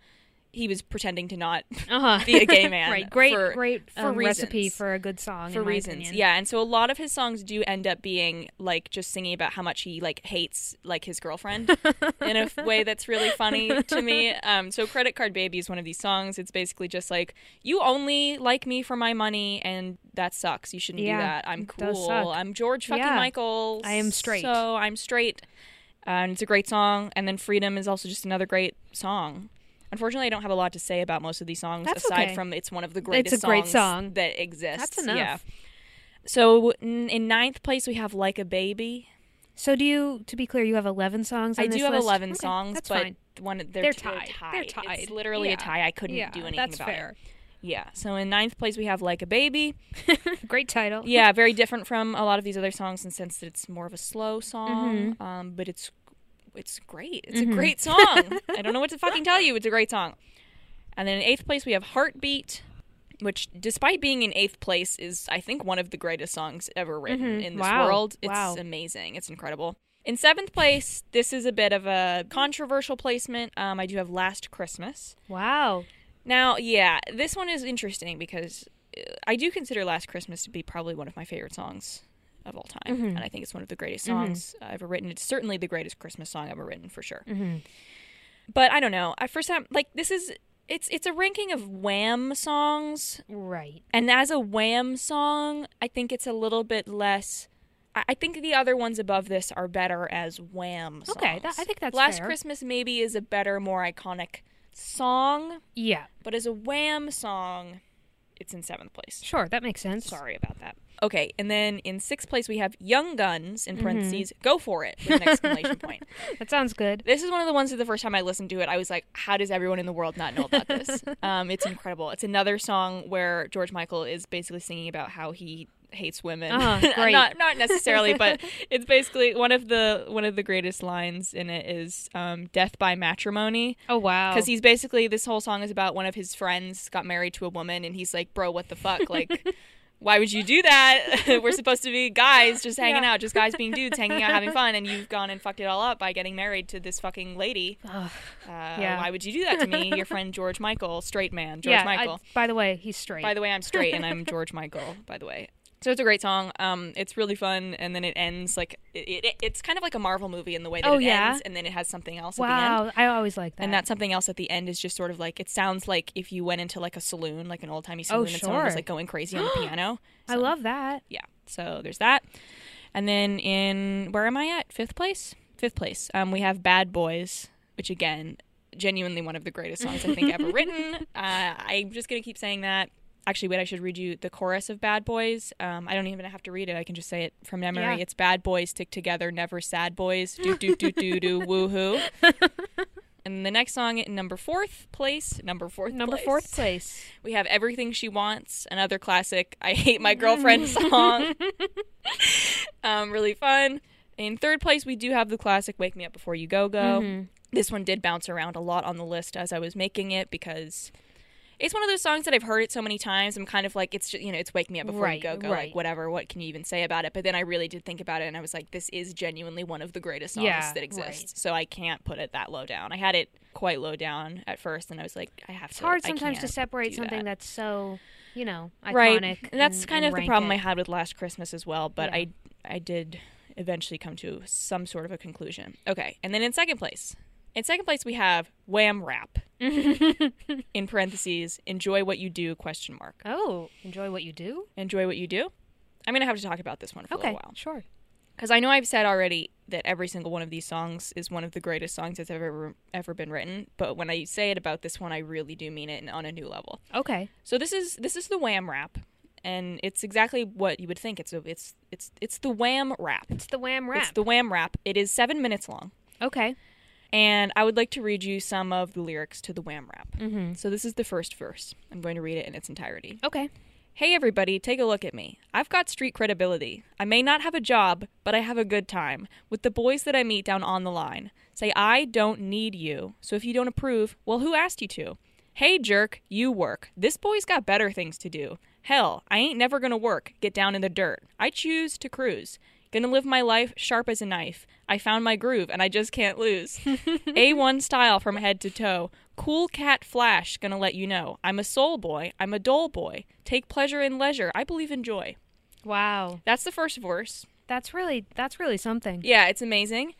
he was pretending to not Uh huh. be a gay man. right. Great. for- great for um, recipe reasons. for a good song. for in my reasons. opinion. Yeah, and so a lot of his songs do end up being like just singing about how much he like hates like his girlfriend in a f- way that's really funny to me. Um, so Credit Card Baby is one of these songs. It's basically just like you only like me for my money, and that sucks. You shouldn't Yeah, do that. I'm it does cool. suck. I'm George fucking Yeah. Michael. I am straight. So I'm straight. And it's a great song. And then Freedom is also just another great song. Unfortunately, I don't have a lot to say about most of these songs That's aside okay. from it's one of the greatest a great songs song. that exists. That's enough. Yeah. So n- in ninth place we have like a baby. So do you? To be clear, you have 11 songs. On I do this have list? eleven Okay, songs, That's but fine. one they're, They're t- tied. They're They're tied. tied. It's literally Yeah. a tie. I couldn't Yeah, do anything that's about fair. it. Yeah. So in ninth place we have like a baby. great title. Yeah, very different from a lot of these other songs in the sense that it's more of a slow song, Mm-hmm. um, but it's it's great. It's a great song. I don't know what to fucking tell you. It's a great song. And then in eighth place we have Heartbeat, which, despite being in eighth place, is I think one of the greatest songs ever written in this Mm-hmm. Wow. world. It's Wow. amazing. It's incredible. In seventh place, this is a bit of a controversial placement. Um, I do have Last Christmas. Wow. Now, yeah, this one is interesting because uh, I do consider Last Christmas to be probably one of my favorite songs of all time. Mm-hmm. And I think it's one of the greatest songs ever written. It's certainly the greatest Christmas song ever written for sure. Mm-hmm. But I don't know. I first time like this is it's it's a ranking of Wham songs Right. and as a Wham song, I think it's a little bit less. I I think the other ones above this are better as Wham songs. Okay, that- I think that's Last fair. Christmas maybe is a better, more iconic song, Yeah. but as a Wham song, it's in seventh place. Sure. That makes sense. Sorry about that. Okay, and then in sixth place we have Young Guns Mm-hmm. in parentheses. Go for it with an exclamation point. That sounds good. This is one of the ones that the first time I listened to it, I was like, how does everyone in the world not know about this? um, it's incredible. It's another song where George Michael is basically singing about how he hates women. Ah, great. not not necessarily, but it's basically one of the one of the greatest lines in it is um, death by matrimony. Oh wow. Because he's basically this whole song is about one of his friends got married to a woman, and he's like, "Bro, what the fuck? Like, why would you do that? We're supposed to be guys, just hanging Yeah. out, just guys being dudes, hanging out, having fun, and you've gone and fucked it all up by getting married to this fucking lady. Uh, Why would you do that to me, your friend George Michael, straight man, George yeah. I- Michael? by the way, he's straight. By the way, I'm straight and I'm George Michael. By the way, so it's a great song. Um, it's really fun, and then it ends like it, it, it's kind of like a Marvel movie in the way that Oh, it yeah? ends, and then it has something else at the end. wow. I always like that. And that something else at the end is just sort of like it sounds like if you went into like a saloon, like an old timey saloon, and someone was Oh, sure. like going crazy on the piano. I love that. Yeah. So there's that. And then in where am I at? Fifth place. Fifth place. Um, we have Bad Boys, which again, genuinely one of the greatest songs I think ever written. Uh, I'm just gonna keep saying that. Actually, wait, I should read you the chorus of Bad Boys. Um, I don't even have to read it. I can just say it from memory. Yeah. It's Bad Boys, Stick Together, Never Sad Boys. Do, do, do, do, do, woohoo. And the next song in number fourth place, number fourth Number place, fourth place. we have Everything She Wants, another classic I Hate My Girlfriend song. um, really fun. In third place, we do have the classic Wake Me Up Before You Go Go. Mm-hmm. This one did bounce around a lot on the list as I was making it because it's one of those songs that I've heard it so many times. I'm kind of like, it's just, you know, it's Wake Me Up Before Right, You Go Go. right. Like, whatever, what can you even say about it? But then I really did think about it and I was like, this is genuinely one of the greatest songs Yeah, that right. exists. So I can't put it that low down. I had it quite low down at first and I was like, I have It's to. hard I sometimes to can't separate do something that. that's so, you know, iconic. And that's and- kind and of the rank problem it. I had with Last Christmas as well, but Yeah. I I did eventually come to some sort of a conclusion. Okay. And then in second place. In second place we have Wham Rap. in parentheses, enjoy what you do question mark. Oh, enjoy what you do. Enjoy what you do? I'm going to have to talk about this one for a Okay, little while. sure. Cuz I know I've said already that every single one of these songs is one of the greatest songs that's ever ever been written, but when I say it about this one I really do mean it and on a new level. Okay. So this is this is the Wham rap, and it's exactly what you would think. It's a, it's it's it's the Wham rap. It's the wham rap. It's the Wham rap. It is seven minutes long, okay. and I would like to read you some of the lyrics to the Wham rap. So this is the first verse. I'm going to read it in its entirety. Okay. Hey everybody, take a look at me. I've got street credibility. I may not have a job, but I have a good time with the boys that I meet down on the line. Say I don't need you. So if you don't approve, well who asked you to? Hey jerk, you work. This boy's got better things to do. Hell, I ain't never gonna work. Get down in the dirt. I choose to cruise. Gonna live my life sharp as a knife. I found my groove and I just can't lose. A1 style from head to toe. Cool cat flash, gonna let you know. I'm a soul boy. I'm a dole boy. Take pleasure in leisure. I believe in joy. Wow. That's the first verse. That's really that's really something. Yeah, it's amazing.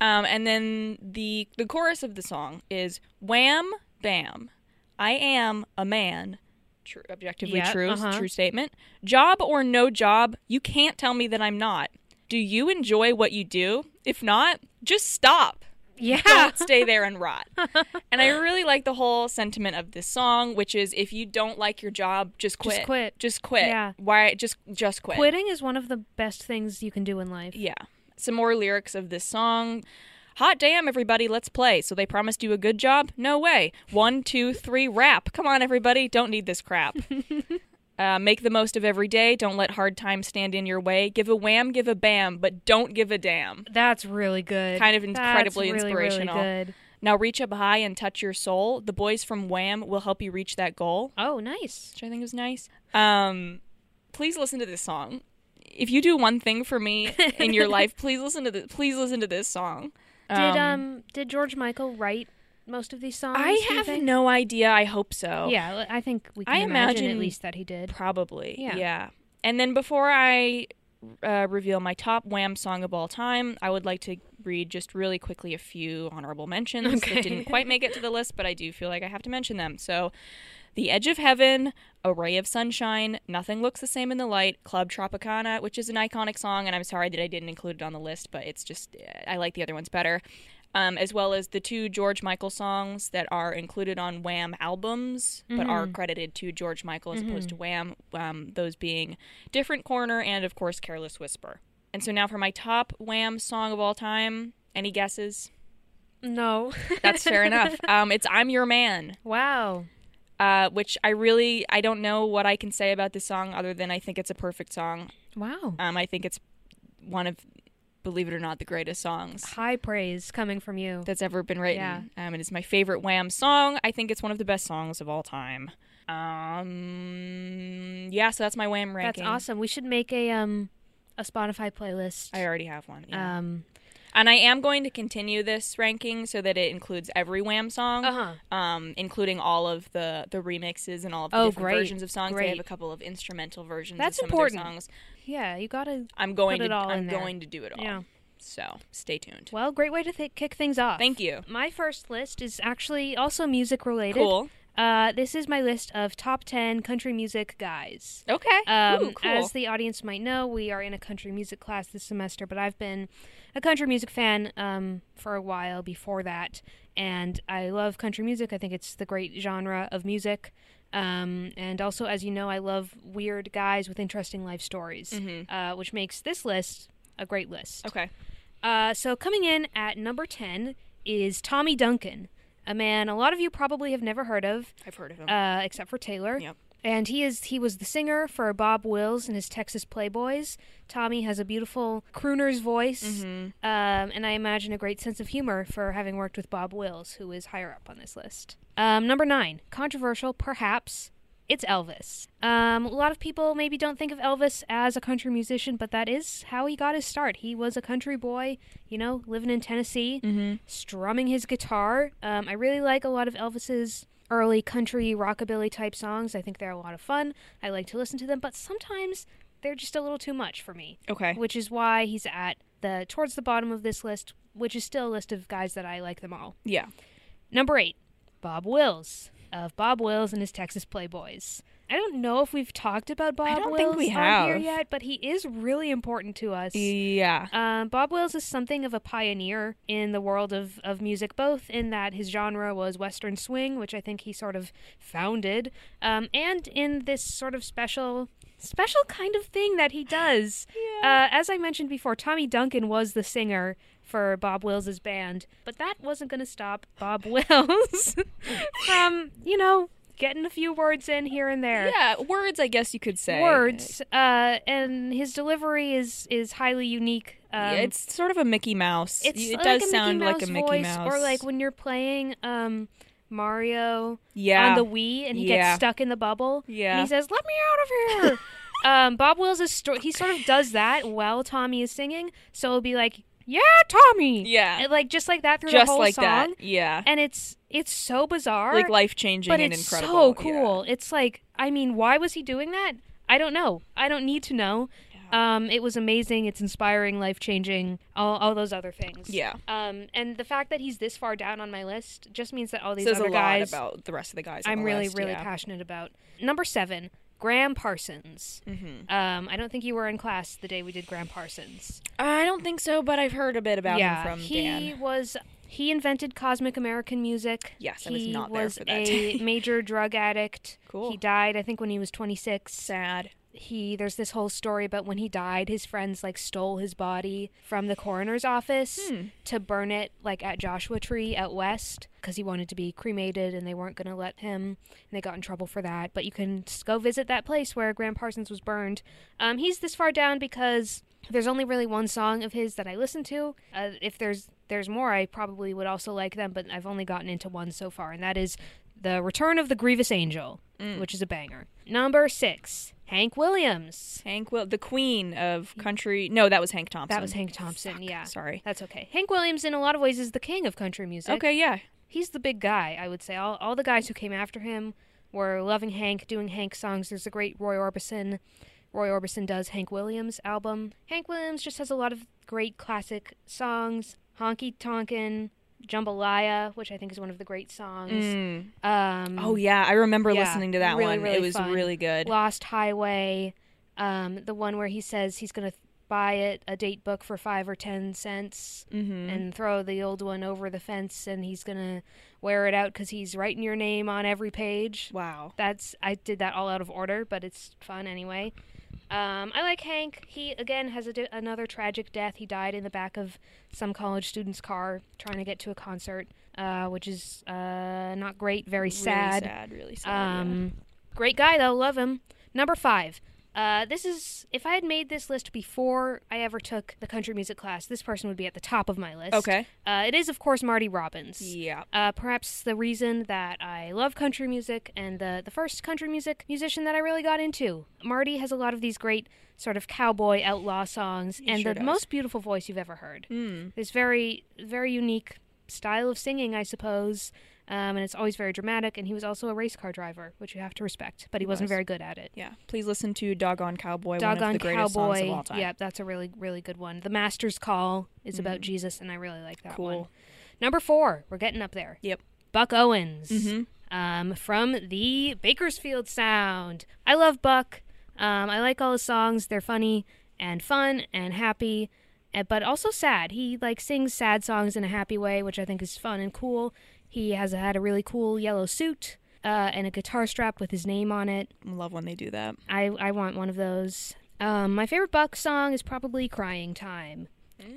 Um, and then the the chorus of the song is wham bam, I am a man. True, objectively Yeah, true, uh-huh. true statement. Job or no job, you can't tell me that I'm not. Do you enjoy what you do? If not, just stop. Yeah. Don't stay there and rot. and I really like the whole sentiment of this song, which is if you don't like your job, just quit. quit. Just quit. Yeah. Why? Just just quit. Quitting is one of the best things you can do in life. Yeah. Some more lyrics of this song. Hot damn, everybody, let's play. So they promised you a good job? No way. One, two, three, rap. Come on, everybody, don't need this crap. uh, make the most of every day. Don't let hard times stand in your way. Give a wham, give a bam, but don't give a damn. That's really good. Kind of That's incredibly really, inspirational. Really good. Now reach up high and touch your soul. The boys from Wham will help you reach that goal, Oh, nice. which I think is nice. Um, please listen to this song. if you do one thing for me in your life, please listen to this. Please listen to this song. Did um did George Michael write most of these songs? I do you have think? no idea. I hope so. Yeah, li- I think we can I imagine, imagine- at least that he did. Probably. Yeah. Yeah. And then before I uh, reveal my top Wham song of all time, I would like to read just really quickly a few honorable mentions Okay. that didn't quite make it to the list, but I do feel like I have to mention them. So, The Edge of Heaven, A Ray of Sunshine, Nothing Looks the Same in the Light, Club Tropicana, which is an iconic song, and I'm sorry that I didn't include it on the list, but it's just, I like the other ones better. Um, as well as the two George Michael songs that are included on Wham albums, but are credited to George Michael as opposed to Wham, um, those being Different Corner and, of course, Careless Whisper. And so now for my top Wham song of all time. Any guesses? No. That's fair enough. Um, it's "I'm Your Man," wow. uh, which I really I don't know what I can say about this song other than I think it's a perfect song. Wow. Um, I think it's one of, believe it or not, the greatest songs High praise coming from you. that's ever been written. Yeah. Um, it is my favorite Wham song. I think it's one of the best songs of all time. Um, yeah, so that's my Wham That's ranking. awesome. We should make a um a Spotify playlist. I already have one. Yeah. um And I am going to continue this ranking so that it includes every Wham song, Uh-huh. um, including all of the the remixes and all of the Oh, different great, versions of songs. They have great. a couple of instrumental versions. That's of some important. Of their songs. yeah, you got to I'm going Put it to. all in I'm there. going to do it all. Yeah. So stay tuned. Well, great way to th- kick things off. Thank you. My first list is actually also music related. Cool. Uh, this is my list of top 10 country music guys. Okay. Um, Ooh, cool. As the audience might know, we are in a country music class this semester, but I've been a country music fan um, for a while before that, and I love country music. I think it's the great genre of music. Um, and also, as you know, I love weird guys with interesting life stories, Mm-hmm. uh, which makes this list a great list. okay. Oh. Uh, so coming in at number 10 is Tommy Duncan, a man a lot of you probably have never heard of, I've heard of him. uh, except for Taylor. Yep. And he is he was the singer for Bob Wills and his Texas Playboys. Tommy has a beautiful crooner's voice, Mm-hmm. um, and I imagine a great sense of humor for having worked with Bob Wills, who is higher up on this list. Um, number nine, controversial perhaps, it's Elvis. Um, a lot of people maybe don't think of Elvis as a country musician, but that is how he got his start. He was a country boy, you know, living in Tennessee, Mm-hmm. strumming his guitar. Um, I really like a lot of Elvis's early country rockabilly type songs. I think they're a lot of fun. I like to listen to them, but sometimes they're just a little too much for me. Okay. Which is why he's at the towards the bottom of this list, which is still a list of guys that I like them all. yeah. Number eight, Bob Wills of Bob Wills and his Texas Playboys. I don't know if we've talked about Bob don't Wills think we on here have. yet, but he is really important to us. Yeah. Um, Bob Wills is something of a pioneer in the world of, of music, both in that his genre was Western swing, which I think he sort of founded, um, and in this sort of special special kind of thing that he does. Uh, as I mentioned before, Tommy Duncan was the singer for Bob Wills' band, but that wasn't going to stop Bob Wills from, you know, getting a few words in here and there yeah. Words, I guess you could say. words uh and his delivery is is highly unique um, Yeah, it's sort of a Mickey Mouse. it's it like does a sound Mickey Mouse like a Mickey voice, Mouse. or like when you're playing um mario yeah. on the wii and he Yeah. gets stuck in the bubble and Yeah. he says let me out of here um bob wills is sto- he sort of does that while tommy is singing so it'll be like yeah tommy Yeah. And, like just like that through just the whole like song that. Yeah. and it's it's so bizarre like life changing but and it's incredible. so Yeah. cool. It's like, I mean, why was he doing that? I don't know. I don't need to know. Um, it was amazing. It's inspiring, life changing, all, all those other things. Yeah. Um, and the fact that he's this far down on my list just means that all these Says a other lot guys about the rest of the guys. on I'm the really, list, really yeah. passionate about. Number seven, Graham Parsons. Mm-hmm. Um, I don't think you were in class the day we did Graham Parsons. I don't think so, but I've heard a bit about him from he Dan. was he invented cosmic American music. Yes, he I was not there was for that. a major drug addict. Cool. He died, I think, when he was 26. Sad. He there's this whole story about when he died, his friends like stole his body from the coroner's office to burn it like at Joshua Tree out west because he wanted to be cremated and they weren't going to let him. And they got in trouble for that. But you can s- go visit that place where Graham Parsons was burned. Um, he's this far down because there's only really one song of his that I listen to. Uh, if there's there's more, I probably would also like them, but I've only gotten into one so far, and that is the Return of the Grievous Angel, which is a banger. Number six, Hank Williams. Hank Will, the queen of country. No, that was Hank Thompson. That was Hank Thompson. yeah. sorry. That's okay. Hank Williams, in a lot of ways, is the king of country music. Okay, yeah. He's the big guy, I would say. All, all the guys who came after him were loving Hank, doing Hank songs. There's a great Roy Orbison. Roy Orbison does Hank Williams album. Hank Williams just has a lot of great classic songs. Honky Tonkin, Jambalaya, which I think is one of the great songs. Um, Oh yeah, I remember yeah, listening to that really, one. really it was fun. really good. Lost Highway, um, the one where he says he's going to buy it a date book for five or ten cents Mm-hmm. and throw the old one over the fence, and he's going to wear it out because he's writing your name on every page. Wow. That's I did that all out of order, but it's fun anyway. Um, I like Hank. He again has a di- another tragic death. He died in the back of some college student's car trying to get to a concert, uh, which is uh, not great. Very sad. Really sad. Really sad. Oh, yeah. Um, great guy though, love him. Number five. Uh, this is if I had made this list before I ever took the country music class, this person would be at the top of my list. Okay. Uh, it is of course Marty Robbins. Yeah. Uh, perhaps the reason that I love country music and the the first country music musician that I really got into. Marty has a lot of these great sort of cowboy outlaw songs and sure the does. Hmm. most beautiful voice you've ever heard. Mm. This very very unique style of singing, I suppose. Um, and it's always very dramatic. And he was also a race car driver, which you have to respect. But he wasn't was. very good at it. Yeah. Please listen to Doggone Cowboy, one of Doggone the greatest songs of Cowboy. all time. Yeah, that's a really, really good one. The Master's Call is about Jesus, and I really like that one. Hmm. Cool. Number four, we're getting up there. Yep. Buck Owens um, from the Bakersfield Sound. I love Buck. Um, I like all his songs. They're funny and fun and happy, eh, but also sad. He like sings sad songs in a happy way, which I think is fun and cool. He has had a really cool yellow suit uh, and a guitar strap with his name on it. Love when they do that. I, I want one of those. Um, my favorite Buck song is probably Crying Time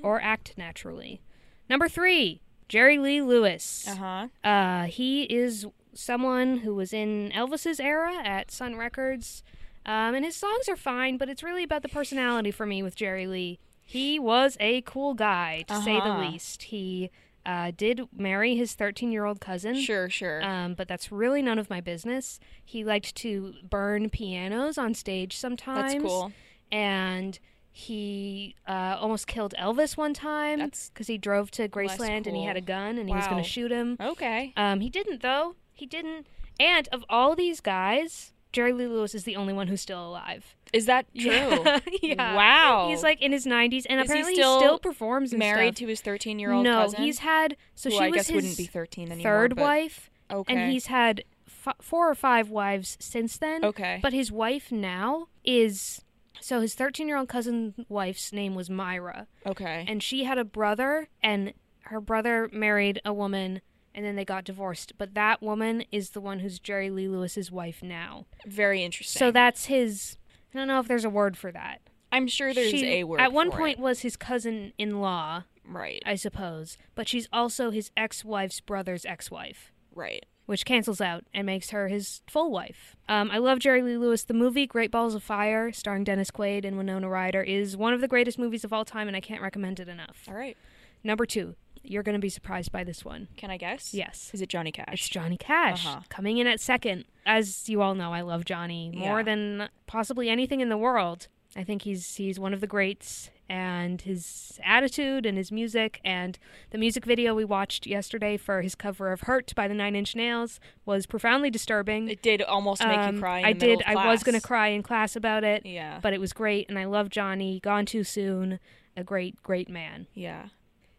or Act Naturally. Number three, Jerry Lee Lewis. Uh huh. Uh, he is someone who was in Elvis's era at Sun Records, um, and his songs are fine, but it's really about the personality for me with Jerry Lee. He was a cool guy, to say the Uh-huh. least. He uh, did marry his 13 year old cousin. Sure. Sure. Um, but that's really none of my business. He liked to burn pianos on stage sometimes. cool. And he uh, almost killed Elvis one time That's because he drove to Graceland and he cool. had a gun and he was going Wow. Oh. to shoot him. okay. Um, he didn't though. He didn't. And of all these guys, Jerry Lee Lewis is the only one who's still alive. Is that true? yeah. Wow. He's like in his 90s, and Is he apparently still he still performs. And married stuff. to his 13-year-old no, cousin. he's had. So who she I was guess his wouldn't be 13 anymore. third but- wife Okay. and he's had f- four or five wives since then. Okay. But his wife now is so his 13 year old cousin wife's name was Myra, Okay. and she had a brother, and her brother married a woman. And then they got divorced, but that woman is the one who's Jerry Lee Lewis's wife now. Very interesting. So that's his. I don't know if there's a word for that. I'm sure there's she a word at one for point it. was his cousin in law, Right. I suppose, but she's also his ex-wife's brother's ex-wife right. which cancels out and makes her his full wife. Um, I love Jerry Lee Lewis. The movie Great Balls of Fire, starring Dennis Quaid and Winona Ryder, is one of the greatest movies of all time, and I can't recommend it enough. All right. Number two, you're going to be surprised by this one. Can I guess? Yes. Is it Johnny Cash? It's Johnny Cash Uh-huh. coming in at second. As you all know, I love Johnny more Yeah. than possibly anything in the world. I think he's he's one of the greats and his attitude and his music and the music video we watched yesterday for his cover of Hurt by the 9 Inch Nails was profoundly disturbing. It did almost make Um, you cry. In I the did. middle of I was gonna class. cry in class about it. Yeah. But it was great, and I love Johnny. Gone too soon. A great, great man. Yeah.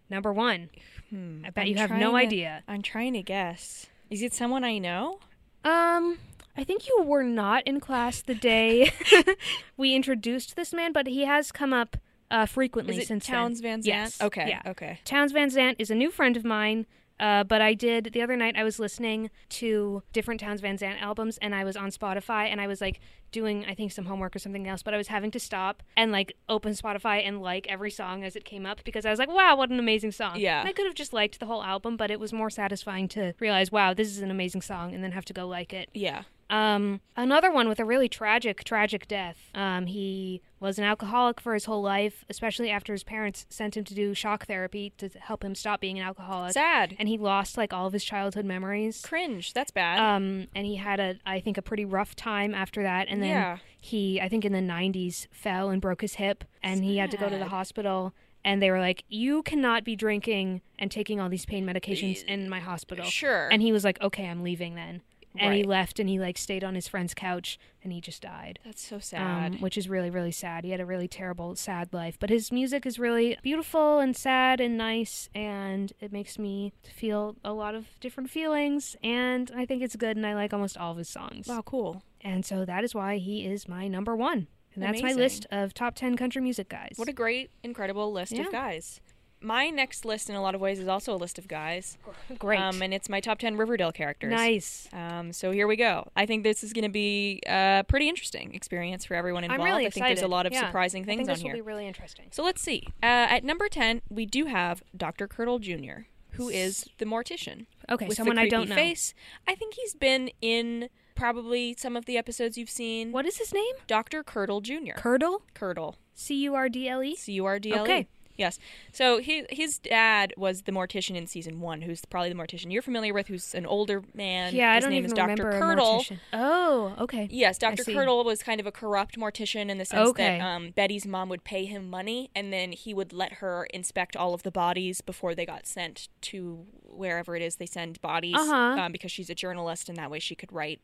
Number one. I bet you Hmm. I'm have trying no to- idea. I'm trying to guess. Is it someone I know? Um, I think you were not in class the day we introduced this man, but he has come up uh, frequently Is it since Towns then. Van Zandt? Yes. Okay. Yeah. Okay. Towns Van Zant is a new friend of mine, uh, but I did the other night. I was listening to different Towns Van Zant albums, and I was on Spotify, and I was like doing, I think, some homework or something else, but I was having to stop and like open Spotify and like every song as it came up because I was like, wow, what an amazing song. Yeah. And I could have just liked the whole album, but it was more satisfying to realize, wow, this is an amazing song, and then have to go like it. Yeah. Um, another one with a really tragic, tragic death. Um, he was an alcoholic for his whole life, especially after his parents sent him to do shock therapy to help him stop being an alcoholic. Sad. Uh, And he lost like all of his childhood memories. Cringe. That's bad. Um, and he had a, I think, a pretty rough time after that. And then Yeah. he, I think, in the '90s, fell and broke his hip, and he had to go to the hospital. And they were like, "You cannot be drinking and taking all these pain medications in my hospital." Eh, Sure. And he was like, "Okay, I'm leaving then." And he Right. left, and he like stayed on his friend's couch, and he just died. That's so sad. Um, which is really, really sad. He had a really terrible, sad life. But his music is really beautiful and sad and nice, and it makes me feel a lot of different feelings. And I think it's good, and I like almost all of his songs. wow, cool. And so that is why he is my number one. And that's my Amazing. list of top 10 country music guys. What a great, incredible list Yeah. of guys. My next list, in a lot of ways, is also a list of guys. great. Um, and it's my top 10 Riverdale characters. nice. Um, so here we go. I think this is going to be a pretty interesting experience for everyone I'm involved. really I excited. think there's a lot of Yeah. surprising I things think on this here. will be really interesting. So let's see. Uh, at number 10, we do have Dr. Curdle Jr., who is the mortician. Okay, with the someone I creepy don't know. Face. I think he's been in probably some of the episodes you've seen. What is his name? Dr. Curdle Jr. Curdle? Curdle. C U R D L E? C U R D L E. Okay. Yes. So his his dad was the mortician in season one, who's probably the mortician you're familiar with, who's an older man. Yeah, his I don't name even is Dr. remember a Curdle. mortician. Oh, okay. Yes, Dr. see. Curdle was kind of a corrupt mortician in the sense Okay. that um, Betty's mom would pay him money and then he would let her inspect all of the bodies before they got sent to wherever it is they send bodies Uh-huh. um, because she's a journalist and that way she could write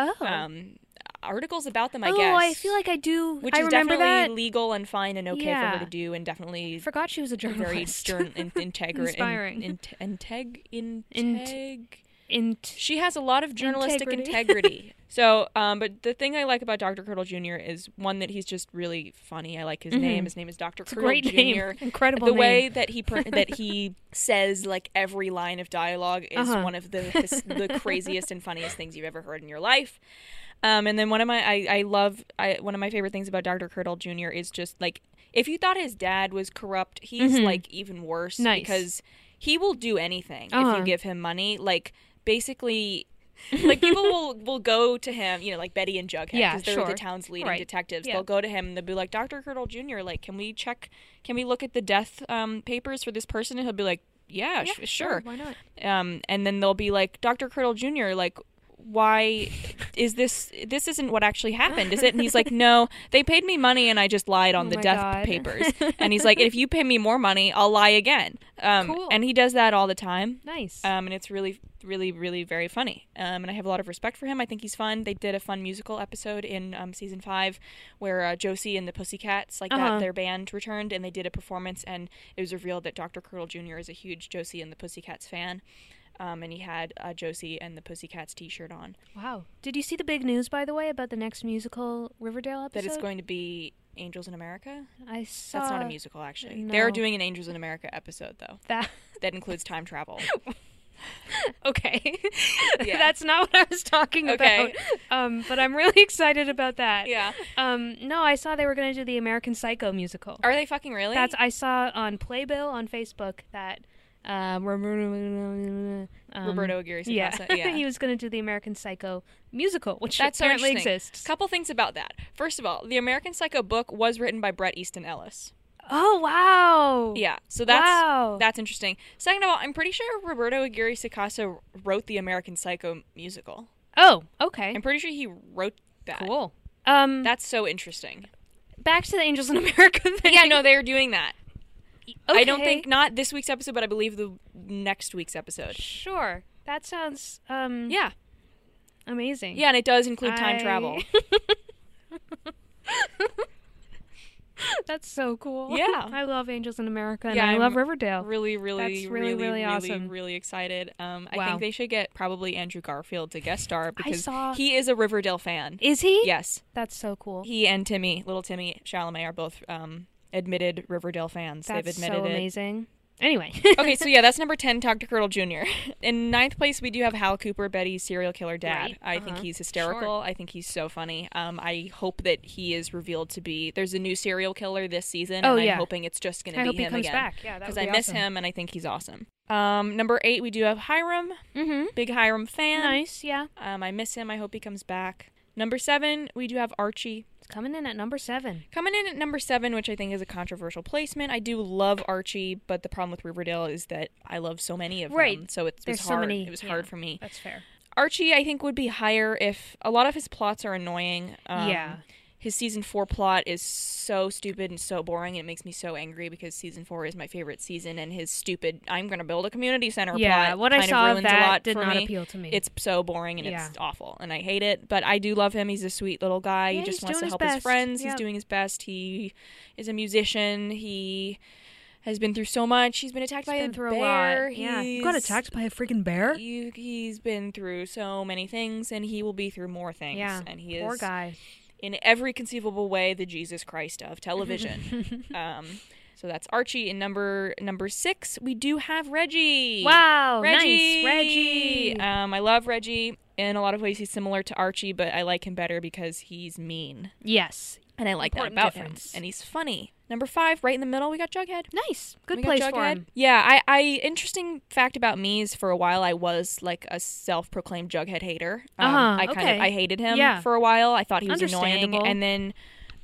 Oh. um, articles about them, I oh, guess. I feel like I do. Which I is remember definitely that. legal and fine and okay for Yeah. her to do and definitely I forgot she was a very journalist. stern in, integra- Inspiring. In, in, integ, Int- integ. Int- She has a lot of journalistic Integrity. integrity. so, um, but the thing I like about Dr. Curdle Jr. is one that he's just really funny. I like his name. His name is Dr. Curdle Mm-hmm. great Jr. name. Incredible The name. way that he pr- that he says like every line of dialogue is Uh-huh. one of the his, the craziest and funniest things you've ever heard in your life. Um, and then one of my I, I love I, one of my favorite things about Dr. Curdle Jr. is just like if you thought his dad was corrupt, he's like even worse Mm-hmm. Nice. because he will do anything if Uh-huh. you give him money. Like basically like people will will go to him, you know, like Betty and Jughead, Yeah, because they're sure. the town's leading Right. detectives. Yeah. They'll go to him and they'll be like, "Dr. Curdle Jr., like, can we check? Can we look at the death um, papers for this person?" And he'll be like, "Yeah, sh- sure." Oh, Why not? Um, and then they'll be like, "Dr. Curdle Jr., like." Why is this? This isn't what actually happened, is it? And he's like, No, they paid me money and I just lied on Oh the my death God. papers. And he's like, If you pay me more money, I'll lie again. Um, Cool. And he does that all the time. Nice. Um, and it's really, really, really very funny. Um, and I have a lot of respect for him. I think he's fun. They did a fun musical episode in um, season five where uh, Josie and the Pussycats, like Uh-huh. that, their band returned and they did a performance. And it was revealed that Dr. Curl Jr. is a huge Josie and the Pussycats fan. Um, and he had a Josie and the Pussycats t shirt on. wow. Did you see the big news by the way about the next musical Riverdale episode? That it's going to be Angels in America. I saw. That's not a musical, actually. They're no. doing an Angels in America episode, though, That. that includes time travel. Okay. Yeah. That's not what I was talking Okay. about. Um, but I'm really excited about that. Yeah. Um, no, I saw they were going to do the American Psycho musical. Are they fucking really? That's I saw on Playbill on Facebook that um, Roberto, um, Roberto Aguirre Yeah, Sacasa, yeah. he was going to do the American Psycho musical, which That's so apparently interesting. exists. Couple things about that. First of all, the American Psycho book was written by Brett Easton Ellis. Oh wow! Yeah, so that's Wow. that's interesting. Second of all, I'm pretty sure Roberto Aguirre Sacasa wrote the American Psycho musical. Oh, okay. I'm pretty sure he wrote that. Cool. Um, That's so interesting. back to the Angels in America thing. Yeah, no, they're doing that. I don't Okay. think not this week's episode, but I believe the next week's episode. Sure, that sounds um Yeah, amazing. yeah, and it does include time I- travel. that's so cool. Yeah. I love Angels in America, and Yeah, I I'm love Riverdale. Really, really, That's really, really, really awesome. really excited. Um, I Wow. think they should get probably Andrew Garfield to guest star because saw- he is a Riverdale fan. Is he? Yes, that's so cool. he and Timmy, little Timmy Chalamet, are both um, admitted Riverdale fans. that's They've admitted so it. amazing. Anyway, okay, so yeah, that's number 10, Dr. Kirtle Jr. In ninth place, we do have Hal Cooper, Betty's serial killer dad. Right, Uh-huh. I think he's hysterical. I think he's so funny. Um, I hope that he is revealed to be. There's a new serial killer this season, Oh, and yeah. I'm hoping it's just going to I be hope him he comes again. back. Yeah, that Because would I be miss awesome. him, and I think he's awesome. Um, number eight, we do have Hiram, mm-hmm. big Hiram fan. nice. Yeah, Um, I miss him. I hope he comes back. Number seven, we do have Archie. it's coming in at number seven. Coming in at number seven, which I think is a controversial placement. I do love Archie, but the problem with Riverdale is that I love so many of Right. them. So it There's was so hard. many, It was yeah. hard for me. That's fair. Archie, I think, would be higher if a lot of his plots are annoying. Um, Yeah. His season four plot is so stupid and so boring. It makes me so angry because season four is my favorite season, and his stupid "I'm going to build a community center" Yeah, plot what I kind saw of of ruins that a lot did for not me. appeal to me. It's so boring and Yeah. it's awful, and I hate it. But I do love him. He's a sweet little guy. Yeah, he just he's doing wants to his help best. his friends. Yep. He's doing his best. He is a musician. He has been through so much. He's been attacked by Been a through bear. a lot. Yeah, you He's- got attacked by a freaking bear. you, he's been through so many things, and he will be through more things. Yeah, and he poor is guy. in every conceivable way the Jesus Christ of television. um, so that's Archie. In number number six, we do have Reggie. Wow, nice, Reggie, Reggie. Um, I love Reggie. In a lot of ways, he's similar to Archie, but I like him better because he's mean, Yes, and I like Important that about difference. him. And he's funny. Number five, right in the middle, we got Jughead. nice, good We got place for Jughead. him. Yeah, I, I interesting fact about me is for a while I was like a self-proclaimed Jughead hater. Um, Uh-huh, I kind okay. of I hated him Yeah. for a while. I thought he was annoying, Understandable. and then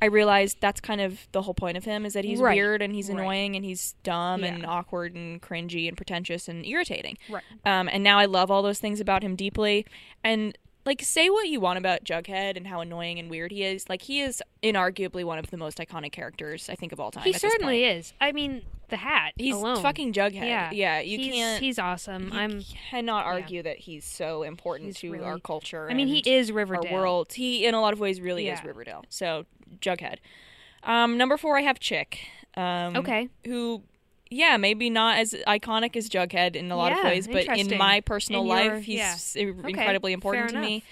I realized that's kind of the whole point of him is that he's Right, weird and he's right. annoying and he's dumb and Yeah. awkward and cringy and pretentious and irritating. Right. Um, and now I love all those things about him deeply. And like, say what you want about Jughead and how annoying and weird he is. Like, he is inarguably one of the most iconic characters I think of all time. He at this point. certainly is. I mean, the hat. He's alone. fucking Jughead. Yeah, Yeah, you he's, can't. He's awesome. you I'm. cannot argue that he's so important He's to really- our culture. I mean, he and is our Riverdale. world. He, in a lot of ways, really is Yeah. Riverdale. So Jughead. Um, number four, I have Chick. Um, Okay. Who, yeah, maybe not as iconic as Jughead in a lot Yeah, of ways, but in interesting. my personal In your- life, he's yeah. s- incredibly important to fair me.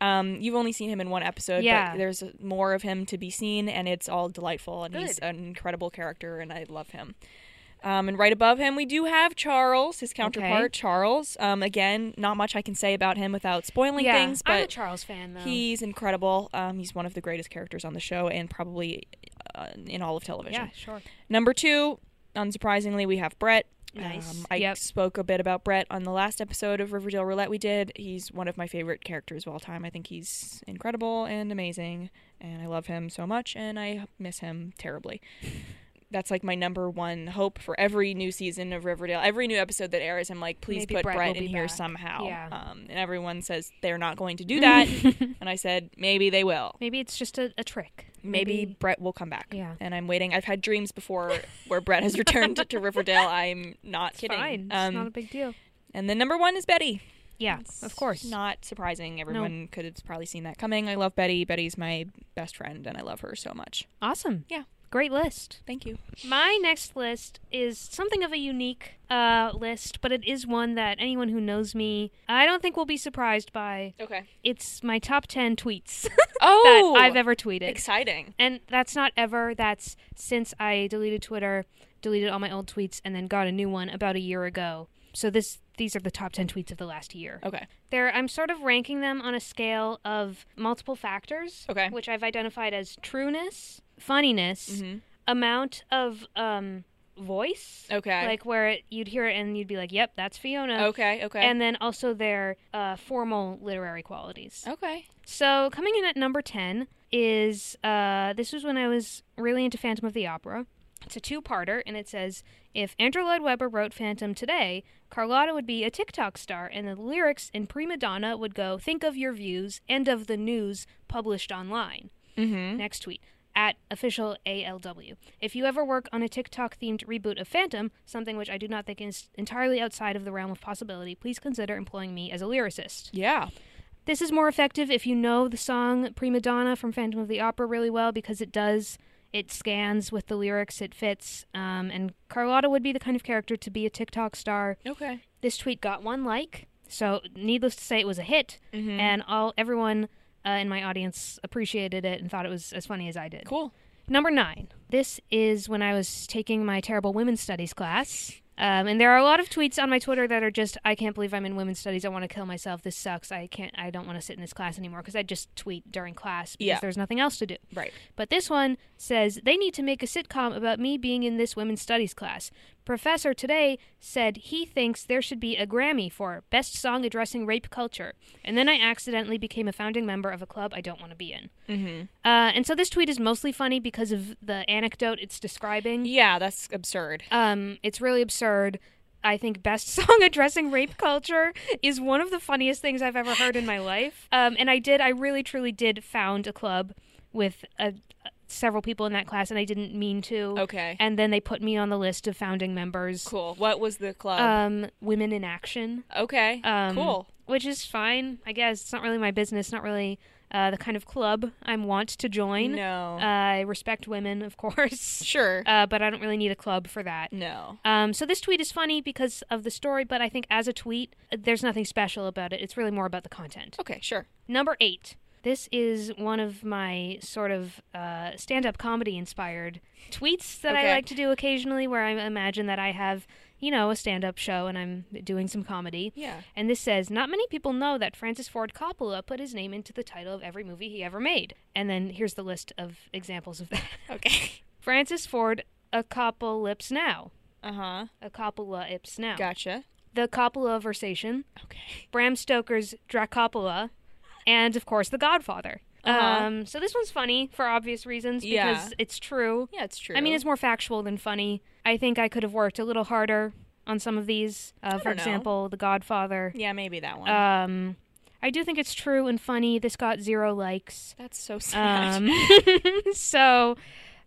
Um, you've only seen him in one episode, Yeah. but there's more of him to be seen, and it's all delightful. And he's Good. an incredible character, and I love him. Um, and right above him, we do have Charles, his counterpart, Charles. Um, again, not much I can say about him without spoiling yeah, things, I'm a but Charles fan though. he's incredible. Um, he's one of the greatest characters on the show and probably uh, in all of television. yeah, sure. Number two, unsurprisingly, we have Brett. Um, Nice. I Yep. spoke a bit about Brett on the last episode of Riverdale Roulette we did. He's one of my favorite characters of all time. I think he's incredible and amazing, and I love him so much, and I miss him terribly. That's like my number one hope for every new season of Riverdale. Every new episode that airs, I'm like, please Maybe put Brett Brett, will in be here back. somehow. Yeah. Um, and everyone says they're not going to do that. and I said, maybe they will Maybe it's just a, a trick. maybe, Brett will come back. Yeah. And I'm waiting. I've had dreams before where Brett has returned to Riverdale. I'm not kidding. Fine. Um, it's not a big deal. and then number one is Betty. Yeah, of course. Not surprising. Everyone could have probably seen that coming. I love Betty. Betty's my best friend, and I love her so much. Awesome. Yeah. Great list. Thank you. My next list is something of a unique uh, list, but it is one that anyone who knows me, I don't think will be surprised by. Okay. It's my top 10 tweets that Oh, I've ever tweeted. exciting. and that's not ever, that's since I deleted Twitter, deleted all my old tweets, and then got a new one about a year ago. So this these are the top 10 tweets of the last year. Okay. They're, I'm sort of ranking them on a scale of multiple factors, Okay. which I've identified as trueness, funniness, Mm-hmm. amount of um, voice, Okay. like where it, you'd hear it and you'd be like, "Yep, that's Fiona," okay. Okay. Uh, and then also their uh, formal literary qualities. okay. So coming in at number ten is uh, this was when I was really into Phantom of the Opera. It's a two-parter, and it says if Andrew Lloyd Webber wrote Phantom today, Carlotta would be a TikTok star, and the lyrics in Prima Donna would go, "Think of your views and of the news published online." Mm-hmm. Next tweet at official ALW. If you ever work on a TikTok themed reboot of Phantom, something which I do not think is entirely outside of the realm of possibility, please consider employing me as a lyricist. Yeah. This is more effective if you know the song Prima Donna from Phantom of the Opera really well because it does. It scans with the lyrics, it fits. Um, and Carlotta would be the kind of character to be a TikTok star. Okay. This tweet got one like, so needless to say, it was a hit, and all everyone uh, in my audience appreciated it and thought it was as funny as I did. Cool. Number nine. This is when I was taking my terrible women's studies class. Um, and there are a lot of tweets on my Twitter that are just, I can't believe I'm in women's studies. I want to kill myself. This sucks. I can't. I don't want to sit in this class anymore because I just tweet during class because Yeah. there's nothing else to do. Right. But this one says they need to make a sitcom about me being in this women's studies class. Professor today said he thinks there should be a Grammy for best song addressing rape culture. And then I accidentally became a founding member of a club I don't want to be in. Mm-hmm. Uh, and so this tweet is mostly funny because of the anecdote it's describing. Yeah, that's absurd. Um, it's really absurd. I think best song addressing rape culture is one of the funniest things I've ever heard in my life. Um, and I did, I really truly did found a club with uh several people in that class, and I didn't mean to. Okay. And then they put me on the list of founding members. Cool. What was the club? Um, Women in Action. okay. Um, cool. Which is fine, I guess. It's not really my business. Not really uh, the kind of club I want to join. No. Uh, I respect women, of course, sure. uh, but I don't really need a club for that. no. Um, so this tweet is funny because of the story, but I think as a tweet, uh, there's nothing special about it. It's really more about the content. Okay. Sure. Number eight. This is one of my sort of uh, stand-up comedy-inspired tweets that I Okay. like to do occasionally, where I imagine that I have, you know, a stand-up show and I'm doing some comedy. Yeah. And this says, not many people know that Francis Ford Coppola put his name into the title of every movie he ever made. And then here's the list of examples of that. Okay. Francis Ford, a Coppola lips now Uh huh. a Coppola ips now. Gotcha. The Coppola versation, Okay. Bram Stoker's Dracopola, and of course, The Godfather. Uh-huh. Um, so this one's funny for obvious reasons because Yeah. it's true. Yeah, it's true. I mean, it's more factual than funny. I think I could have worked a little harder on some of these. Uh, for don't know. example, The Godfather. yeah, maybe that one. Um, I do think it's true and funny. This got zero likes. That's so sad. Um, so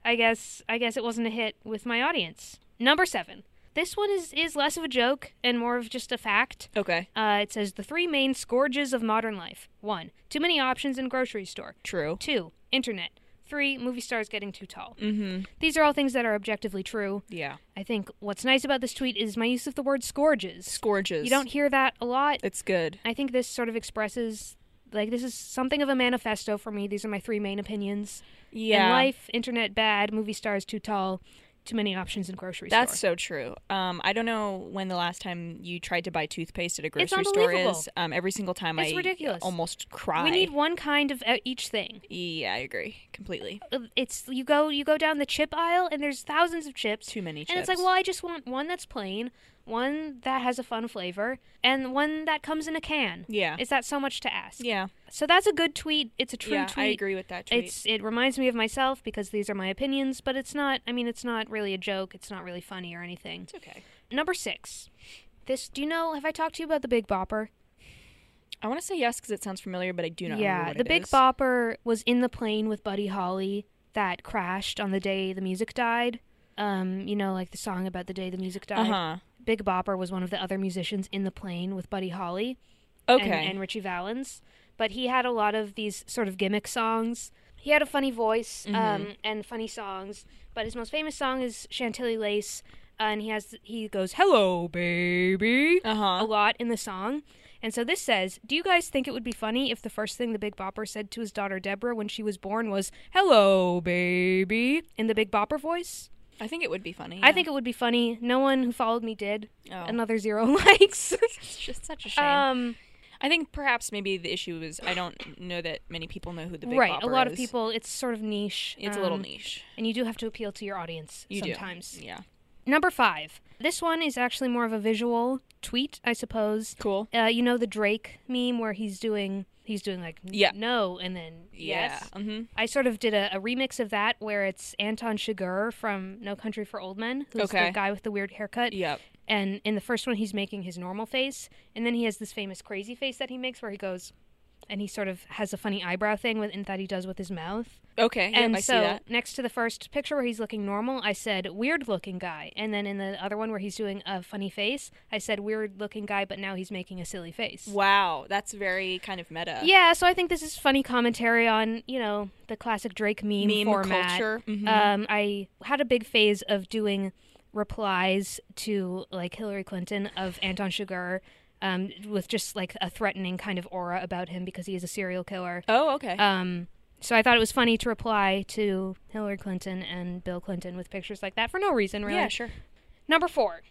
I guess I guess it wasn't a hit with my audience. Number seven. This one is, is less of a joke and more of just a fact. okay. Uh, it says the three main scourges of modern life. One, too many options in grocery store. True. Two, internet. Three, movie stars getting too tall. Mm-hmm. These are all things that are objectively true. Yeah. I think what's nice about this tweet is my use of the word scourges. Scourges. You don't hear that a lot. It's good. I think this sort of expresses like this is something of a manifesto for me. These are my three main opinions. Yeah. In life, internet bad, movie stars too tall, too many options in grocery That's store. so true. Um, I don't know when the last time you tried to buy toothpaste at a grocery store unbelievable. is. Um, every single time It's I ridiculous. almost cry. We need one kind of uh, each thing. yeah, I agree completely. Uh, It's you go you go down the chip aisle and there's thousands of chips. Too many And it's like, chips. well, I just want one that's plain, one that has a fun flavor, and one that comes in a can. Yeah. Is that so much to ask? Yeah, So that's a good tweet. It's a true yeah, tweet. I agree with that tweet. It's it reminds me of myself because these are my opinions, but it's not. I mean, it's not really a joke. It's not really funny or anything. It's okay. Number six. This do you know? Have I talked to you about the Big Bopper? I want to say yes because it sounds familiar, but I do not. remember yeah, what the it Big is. Bopper was in the plane with Buddy Holly that crashed on the day the music died. Um, you know, like the song about the day the music died. Uh huh. Big Bopper was one of the other musicians in the plane with Buddy Holly Okay. and, and Richie Valens, but he had a lot of these sort of gimmick songs. He had a funny voice Mm-hmm. um, and funny songs, but his most famous song is Chantilly Lace, uh, and he has he goes "Hello, baby" Uh-huh. a lot in the song. And so this says, "Do you guys think it would be funny if the first thing the Big Bopper said to his daughter Deborah when she was born was "Hello, baby" in the Big Bopper voice?" I think it would be funny. I think it would be funny. No one who followed me did. Oh. Another zero likes. it's just such a shame. um, I think perhaps maybe the issue is I don't know that many people know who the Big right, a Bopper lot of is. people. It's sort of niche. It's a little um, niche. and you do have to appeal to your audience You sometimes. do. Yeah. Number five. This one is actually more of a visual tweet, I suppose. Cool. Uh, you know the Drake meme where he's doing he's doing like n- Yeah. no and then yes. Yeah. Mm-hmm. I sort of did a, a remix of that where it's Anton Chigurh from No Country for Old Men, who's the Okay. guy with the weird haircut. Yep. And in the first one, he's making his normal face, and then he has this famous crazy face that he makes where he goes, and he sort of has a funny eyebrow thing with, that he does with his mouth. Okay. Yep, and I so see that. next to the first picture where he's looking normal, I said weird looking guy, and then in the other one where he's doing a funny face, I said weird looking guy, but now he's making a silly face. Wow, that's very kind of meta. Yeah, so I think this is funny commentary on you know the classic Drake meme, Meme format. culture. Mhm. Um, I had a big phase of doing replies to like Hillary Clinton of Anton Chigurh, um, with just like a threatening kind of aura about him because he is a serial killer. Oh, okay. Um, so I thought it was funny to reply to Hillary Clinton and Bill Clinton with pictures like that for no reason, really. Yeah, sure. Number four.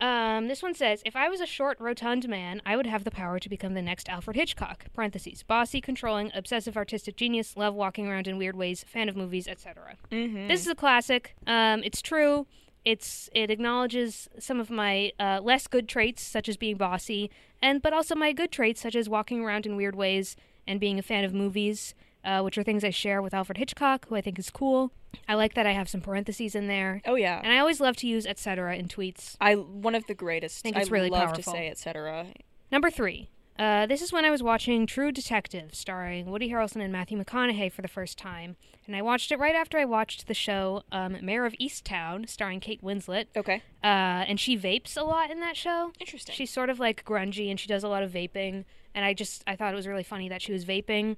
Um, this one says, if I was a short, rotund man, I would have the power to become the next Alfred Hitchcock. Parentheses. Bossy, controlling, obsessive, artistic genius, love walking around in weird ways, fan of movies, etc. Mm-hmm. This is a classic. Um, it's true. It's it acknowledges some of my uh, less good traits, such as being bossy, and but also my good traits, such as walking around in weird ways and being a fan of movies, uh, which are things I share with Alfred Hitchcock, who I think is cool. I like that I have some parentheses in there. Oh yeah. Uh, And I always love to use etc. in tweets. I one of the greatest. Think it's really love powerful. to say etc. Number three. Uh, this is when I was watching True Detective, starring Woody Harrelson and Matthew McConaughey for the first time, and I watched it right after I watched the show um, Mayor of Easttown, starring Kate Winslet. Okay. Uh, and she vapes a lot in that show. Oh. Interesting. She's sort of like grungy, and she does a lot of vaping. And I just I thought it was really funny that she was vaping.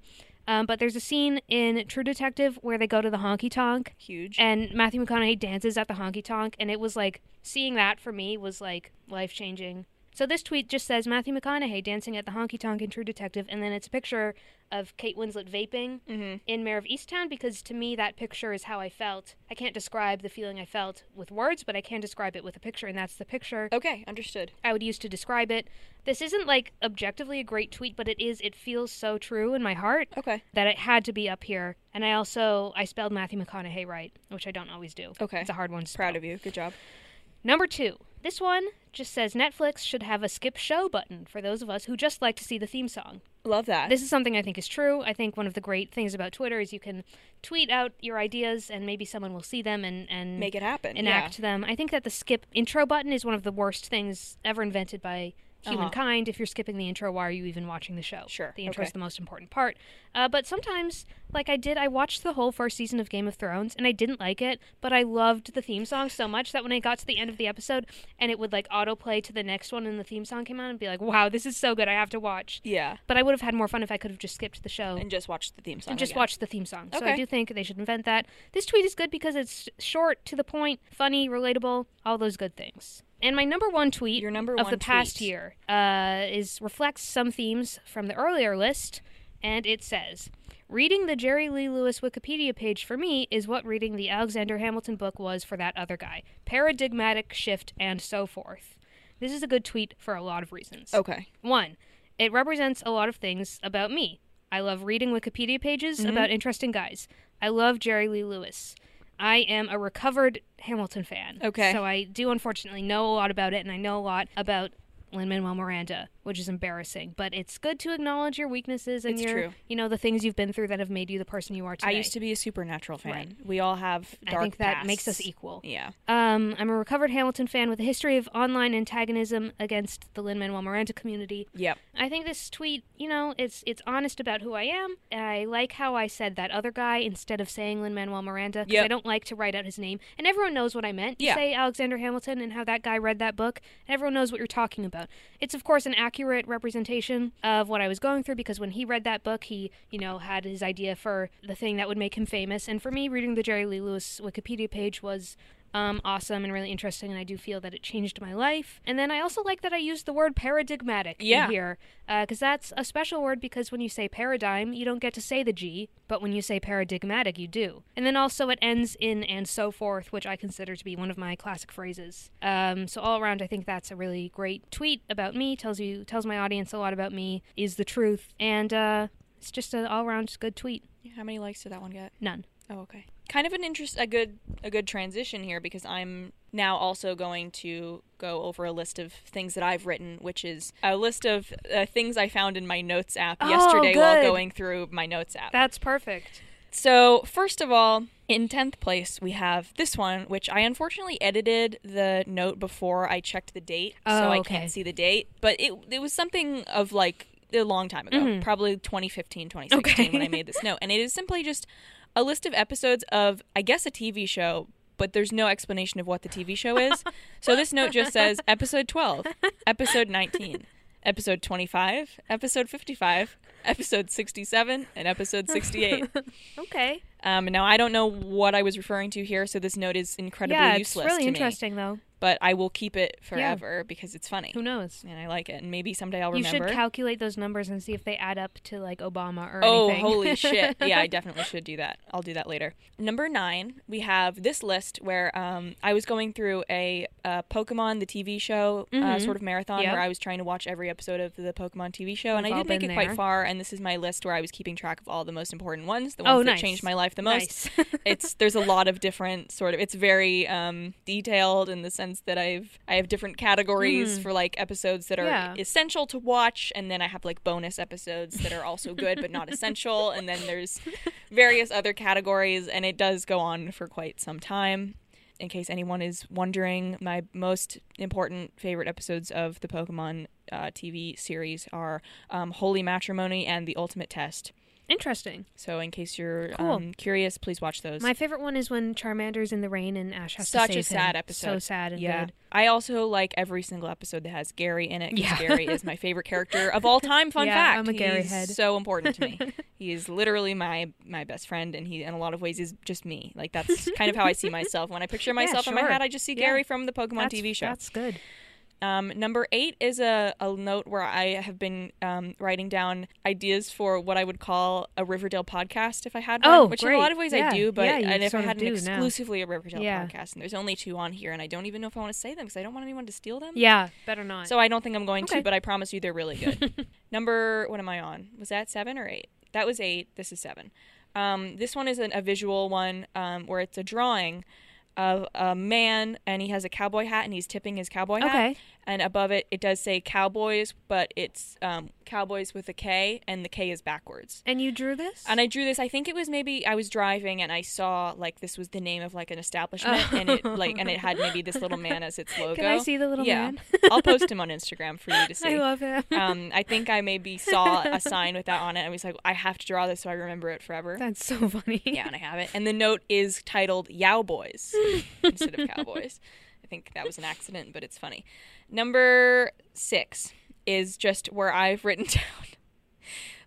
Um, but there's a scene in True Detective where they go to the honky tonk, Huge. and Matthew McConaughey dances at the honky tonk, and it was like seeing that for me was like life changing. So this tweet just says Matthew McConaughey dancing at the honky tonk in True Detective, and then it's a picture of Kate Winslet vaping in Mayor of Easttown because to me that picture is how I felt. I can't describe the feeling I felt with words, but I can describe it with a picture, and that's the picture okay, understood. I would use to describe it. This isn't like objectively a great tweet, but it is. It feels so true in my heart Okay. that it had to be up here. And I also I spelled Matthew McConaughey right, which I don't always do. Okay. it's a hard one. To Proud spell. of you. Good job. Number two. This one just says Netflix should have a skip show button for those of us who just like to see the theme song. Love that. This is something I think is true. I think one of the great things about Twitter is you can tweet out your ideas and maybe someone will see them and, and Make it happen. enact them. I think that the skip intro button is one of the worst things ever invented by humankind. If you're skipping the intro, why are you even watching the show? Uh-huh. Sure, The intro is okay. the most important part. Uh, but sometimes, like I did, I watched the whole first season of Game of Thrones and I didn't like it, but I loved the theme song so much that when I got to the end of the episode and it would like autoplay to the next one and the theme song came on and be like, wow, this is so good. I have to watch. Yeah. Yeah. But I would have had more fun if I could have just skipped the show And just watch the theme song. and just again. watch the theme song. So I Okay. do think they should invent that. This tweet is good because it's short, to the point, funny, relatable, all those good things. And my number one tweet Your number of one the past tweet. year uh, is reflects some themes from the earlier list, and it says. Reading the Jerry Lee Lewis Wikipedia page for me is what reading the Alexander Hamilton book was for that other guy. Paradigmatic shift and so forth. This is a good tweet for a lot of reasons. Okay. One, it represents a lot of things about me. I love reading Wikipedia pages Mm-hmm. about interesting guys. I love Jerry Lee Lewis. I am a recovered Hamilton fan. Okay. So I do unfortunately know a lot about it, and I know a lot about Lin Manuel Miranda, which is embarrassing. But it's good to acknowledge your weaknesses and It's your, true. you know, the things you've been through that have made you the person you are today. I used to be a supernatural fan. We all have I dark think that makes us pasts. equal. Yeah. Um, I'm a recovered Hamilton fan with a history of online antagonism against the Lin Manuel Miranda community. Yep. I think this tweet, you know, it's it's honest about who I am. And I like how I said that other guy instead of saying Lin Manuel Miranda because Yep. I don't like to write out his name. And everyone knows what I meant. You Yeah. say Alexander Hamilton and how that guy read that book, and everyone knows what you're talking about. It's of course an accurate representation of what I was going through because when he read that book, he, you know, had his idea for the thing that would make him famous. And for me, reading the Jerry Lee Lewis Wikipedia page was um, awesome and really interesting, and I do feel that it changed my life. And then I also like that I used the word paradigmatic Yeah. in here because that's a special word because when you say paradigm, you don't get to say the G, but when you say paradigmatic, you do. And then also it ends in and so forth, which I consider to be one of my classic phrases. Um, so all around, I think that's a really great tweet about me. tells you tells my audience a lot about me. Is the truth, and uh, it's just an all around good tweet. How many likes did that one get? None. Oh, okay. Kind of an interest, a good, a good transition here because I'm now also going to go over a list of things that I've written, which is a list of uh, things I found in my notes app Oh, yesterday while good. going through my notes app. That's perfect. So, first of all, in 10th place, we have this one, which I unfortunately edited the note before I checked the date. so Oh, I okay. can't see the date. But it, it was something of like a long time ago, Mm-hmm. probably 2015, 2016 when I made this note. And it is simply just a list of episodes of, I guess, a TV show. But there's no explanation of what the TV show is. so this note just says episode 12, episode 19, episode 25, episode 55, episode 67, and episode 68. Okay. Um, now I don't know what I was referring to here, so this note is incredibly yeah, it's useless. really to me. interesting though. but I will keep it forever because it's funny. Who knows? And I like it. And maybe someday I'll You remember. should calculate those numbers and see if they add up to like Obama or Oh, anything. holy shit. Yeah, I definitely should do that. I'll do that later. Number nine, we have this list where um, I was going through a uh, Pokemon, the TV show, uh, sort of marathon Mm-hmm. Yep. where I was trying to watch every episode of the Pokemon TV show. and We've I all did make it been quite there. far. And this is my list where I was keeping track of all the most important ones, the Oh, ones that nice. changed my life the most. Nice. it's There's a lot of different sort of, it's very um, detailed in the sense that I've, I have different categories for like episodes that are Mm. Yeah. essential to watch and then i have like bonus episodes that are also good but not essential and then there's various other categories and it does go on for quite some time in case anyone is wondering my most important favorite episodes of the pokemon uh, tv series are um, holy matrimony and the ultimate test Interesting. so in case you're Cool. um, curious please watch those My favorite one is when Charmander's in the rain and Ash has such to save a sad him. episode. So sad and yeah. good. I also like every single episode that has Gary in it. 'cause Yeah. Gary is my favorite character of all time. Fun Yeah, fact: I'm a Gary He's head. So important to me. he is literally my my best friend, and he in a lot of ways is just me. Like that's kind of how I see myself. When I picture myself in my sure. head, I just see Yeah. Gary from the Pokemon That's- TV show. That's good. Um, number eight is a, a note where I have been um, writing down ideas for what I would call a Riverdale podcast if I had one, Oh, which in great. a lot of ways Yeah. I do, but Yeah, you and if I sort of had an do now. exclusively a Riverdale Yeah. podcast, and there's only two on here, and I don't even know if I want to say them because I don't want anyone to steal them. Yeah, better not. So I don't think I'm going Okay. to, but I promise you they're really good. Number, what am I on? Was that seven or eight? That was eight. This is seven. Um, this one is an, a visual one um, where it's a drawing of a man and he has a cowboy hat and he's tipping his cowboy hat. Okay. And above it, it does say cowboys, but it's um, cowboys with a K and the K is backwards. and you drew this? And I drew this. I think it was maybe I was driving and I saw like this was the name of like an establishment, and it like and it had maybe this little man as its logo. Oh. I see the little yeah. man? I'll post him on Instagram for you to see. I love him. Um, I think I maybe saw a sign with that on it. and I was like, I have to draw this so I remember it forever. That's so funny. yeah, and I have it. And the note is titled "Yow Boys" instead of Cowboys. I think that was an accident, but it's funny. Number six is just where I've written down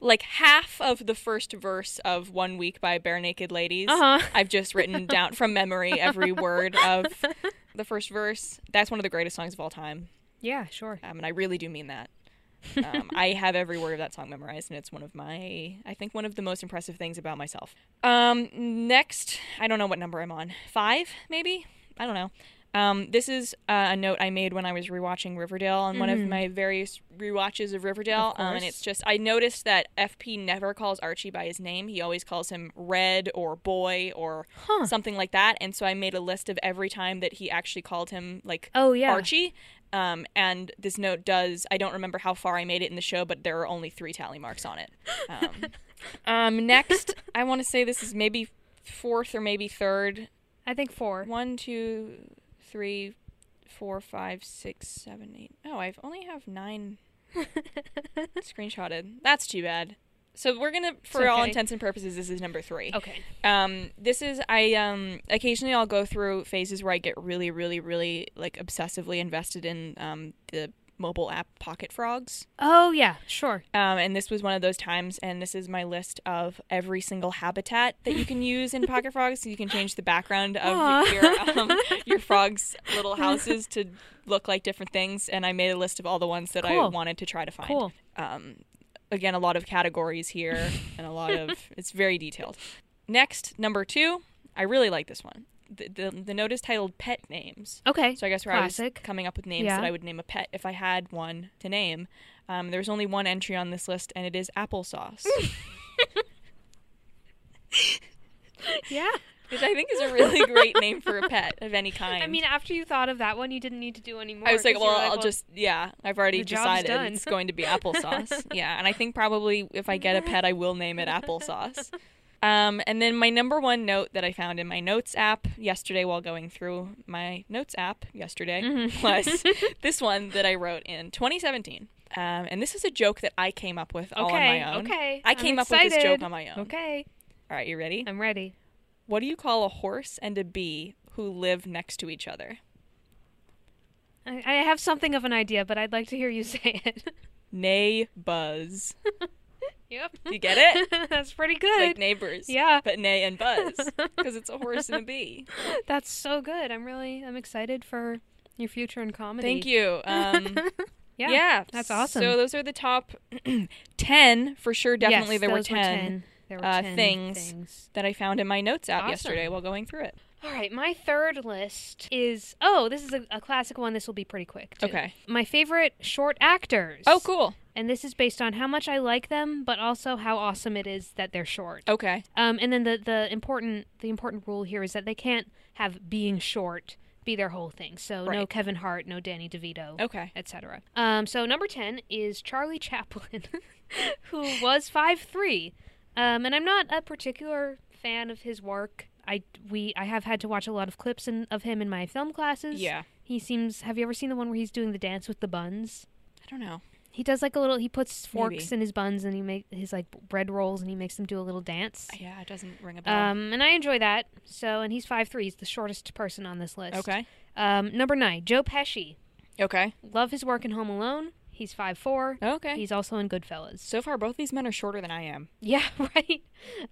like half of the first verse of One Week by Bare Naked Ladies. Uh-huh. I've just written down from memory every word of the first verse. That's one of the greatest songs of all time, Yeah, sure. um, and I really do mean that. um, I have every word of that song memorized, and it's one of my, I think, one of the most impressive things about myself. Um, next, I don't know what number I'm on. Five, maybe? I don't know. Um, this is uh, a note I made when I was rewatching Riverdale on one of my various rewatches of Riverdale. Mm-hmm. Of um, course. and it's just, I noticed that FP never calls Archie by his name. He always calls him Red or Boy or something like that. And so I made a list of every time that he actually called him, like, Oh, yeah. Archie. Um, and this note does, I don't remember how far I made it in the show, but there are only three tally marks on it. Um, um, next, I want to say this is maybe fourth or maybe third. I think four. One, two, three, four, five, six, seven, eight. Oh, I've only have nine screenshotted. That's too bad. So we're gonna, for all okay. intents and purposes, this is number three. Okay. Um, this is I um occasionally I'll go through phases where I get really, really, really like obsessively invested in um the mobile app Pocket Frogs. Oh, yeah, sure. Um, and this was one of those times, and this is my list of every single habitat that you can use in Pocket Frogs. So you can change the background of Aw. your, um, your frogs' little houses to look like different things. And I made a list of all the ones that I Cool. wanted to try to find. Cool. Um, again, a lot of categories here, and a lot of it's very detailed. Next, number two, I really like this one. The, the, the note is titled Pet Names. Okay. So I guess where I Classic. was coming up with names Yeah. that I would name a pet if I had one to name. Um, there's only one entry on this list, and it is applesauce, yeah. which I think is a really great name for a pet of any kind. I mean, after you thought of that one, you didn't need to do any more. I was like, 'cause you well, were I'll just yeah. I've already The job's decided done. it's going to be applesauce. yeah, and I think probably if I get a pet, I will name it applesauce. Um, and then my number one note that I found in my notes app yesterday while going through my notes app yesterday Mm-hmm. was this one that I wrote in 2017. Um, and this is a joke that I came up with all on Okay, my own. okay. I I'm came up with this joke excited. on my own. Okay. All right, you ready? I'm ready. What do you call a horse and a bee who live next to each other? I, I have something of an idea, but I'd like to hear you say it. Nay, buzz. yep. You get it? That's pretty good. like neighbors. Yeah. But Nay and Buzz because it's a horse and a bee. That's so good. I'm really I'm excited for Your future in comedy. Thank you. Um, Yeah. yeah. That's awesome. So those are the top 10 for sure. Definitely Yes, there were those 10, There were uh, 10 things. that I found in my notes app Awesome. yesterday while going through it. All right, my third list is oh, this is a, a classic one. This will be pretty quick. too. Okay. My favorite short actors. Oh, cool. And this is based on how much I like them, but also how awesome it is that they're short. Okay. Um, and then the, the important the important rule here is that they can't have being short be their whole thing. So no Right. Kevin Hart, no Danny DeVito, Okay. etc. Um, so number ten is Charlie Chaplin, who was five three, um, and I'm not a particular fan of his work. I we I have had to watch a lot of clips in, of him in my film classes. Yeah. he seems. Have you ever seen the one where he's doing the dance with the buns? I don't know. He does like a little. He puts forks Maybe. in his buns and he make his like bread rolls and he makes them do a little dance. Yeah, it doesn't ring a bell. Um, and I enjoy that. So, and he's five three. He's the shortest person on this list. okay. Um, number nine, Joe Pesci. Okay. Love his work in Home Alone. He's five four. Okay. He's also in Goodfellas. so far, both these men are shorter than I am. Yeah, right.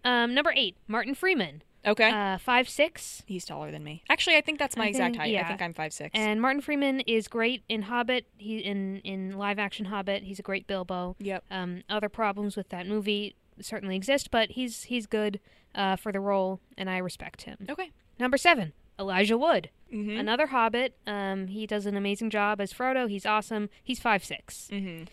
Um, number eight, Martin Freeman. Okay. Uh, five six. He's taller than me. Actually, I think that's my I exact think- height. yeah. I think I'm five six. And Martin Freeman is great in Hobbit. He in in live action Hobbit. He's a great Bilbo. yep. Um, other problems with that movie certainly exist, but he's he's good uh, for the role, and I respect him. Okay. Number seven, Elijah Wood. Mm-hmm. Another Hobbit. Um, he does an amazing job as Frodo. He's awesome. He's five six. mm-hmm.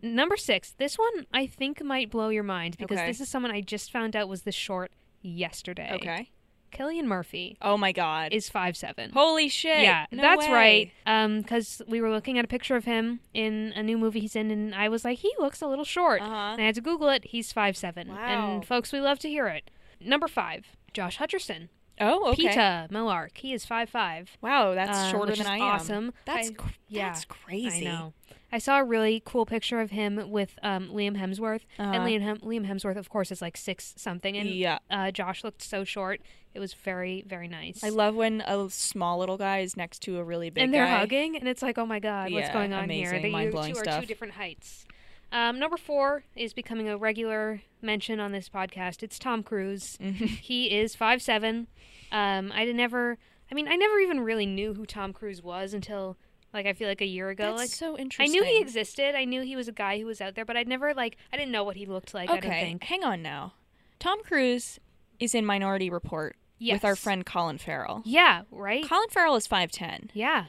Number six. This one I think might blow your mind because Okay. this is someone I just found out was this short yesterday. Okay. Killian Murphy Oh my God. is five seven. Holy shit. yeah, No that's way. right. Um, because we were looking at a picture of him in a new movie he's in, and I was like, he looks a little short. Uh-huh. And I had to Google it. He's five seven. Wow. And folks, we love to hear it. Number five, Josh Hutcherson, Oh, okay. Peta Millark. He is five five. Wow, that's um, shorter which than is I am. awesome. That's I- cr- yeah, that's crazy. I know. I saw a really cool picture of him with um, Liam Hemsworth, and Uh-huh. Liam, Hem- Liam Hemsworth, of course, is like six something, and Yeah. uh, Josh looked so short. It was very, very nice. I love when a small little guy is next to a really big and they're guy. hugging, and it's like, oh my god, what's Yeah, going on amazing, here? They you mind-blowing two are two stuff. different heights. Um, number four is becoming a regular mention on this podcast. It's Tom Cruise. Mm-hmm. He is five seven. Um, I did never. I mean, I never even really knew who Tom Cruise was until like I feel like a year ago. That's like so I interesting. knew he existed. I knew he was a guy who was out there, but I'd never like I didn't know what he looked like. I don't Okay, think. hang on now. Tom Cruise is in Minority Report with our Yes. friend Colin Farrell. Yeah. Right. Colin Farrell is 5'10, yeah.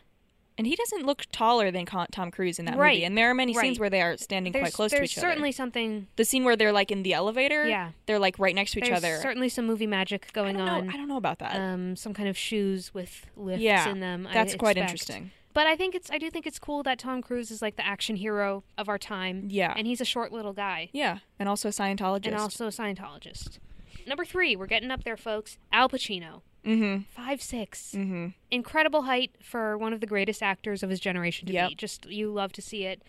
and he doesn't look taller than Col- Tom Cruise in that Right, movie. And there are many right. scenes where they are standing There's, quite close to there's each certainly other. something. The scene where they're like in the elevator, Yeah. they're like right next to each there's other. certainly some movie magic I going don't know. on. I don't know about that. um, some kind of shoes with lifts Uh, yeah, in them. I that's quite expect. interesting. But I think it's I do think it's cool that Tom Cruise is like the action hero of our time. Yeah. and he's a short little guy Yeah, and also a Scientologist. and also a Scientologist. Number three, we're getting up there, folks. Al Pacino, mm-hmm. five six, Mm-hmm. incredible height for one of the greatest actors of his generation to be. Yep. Just you love to see it.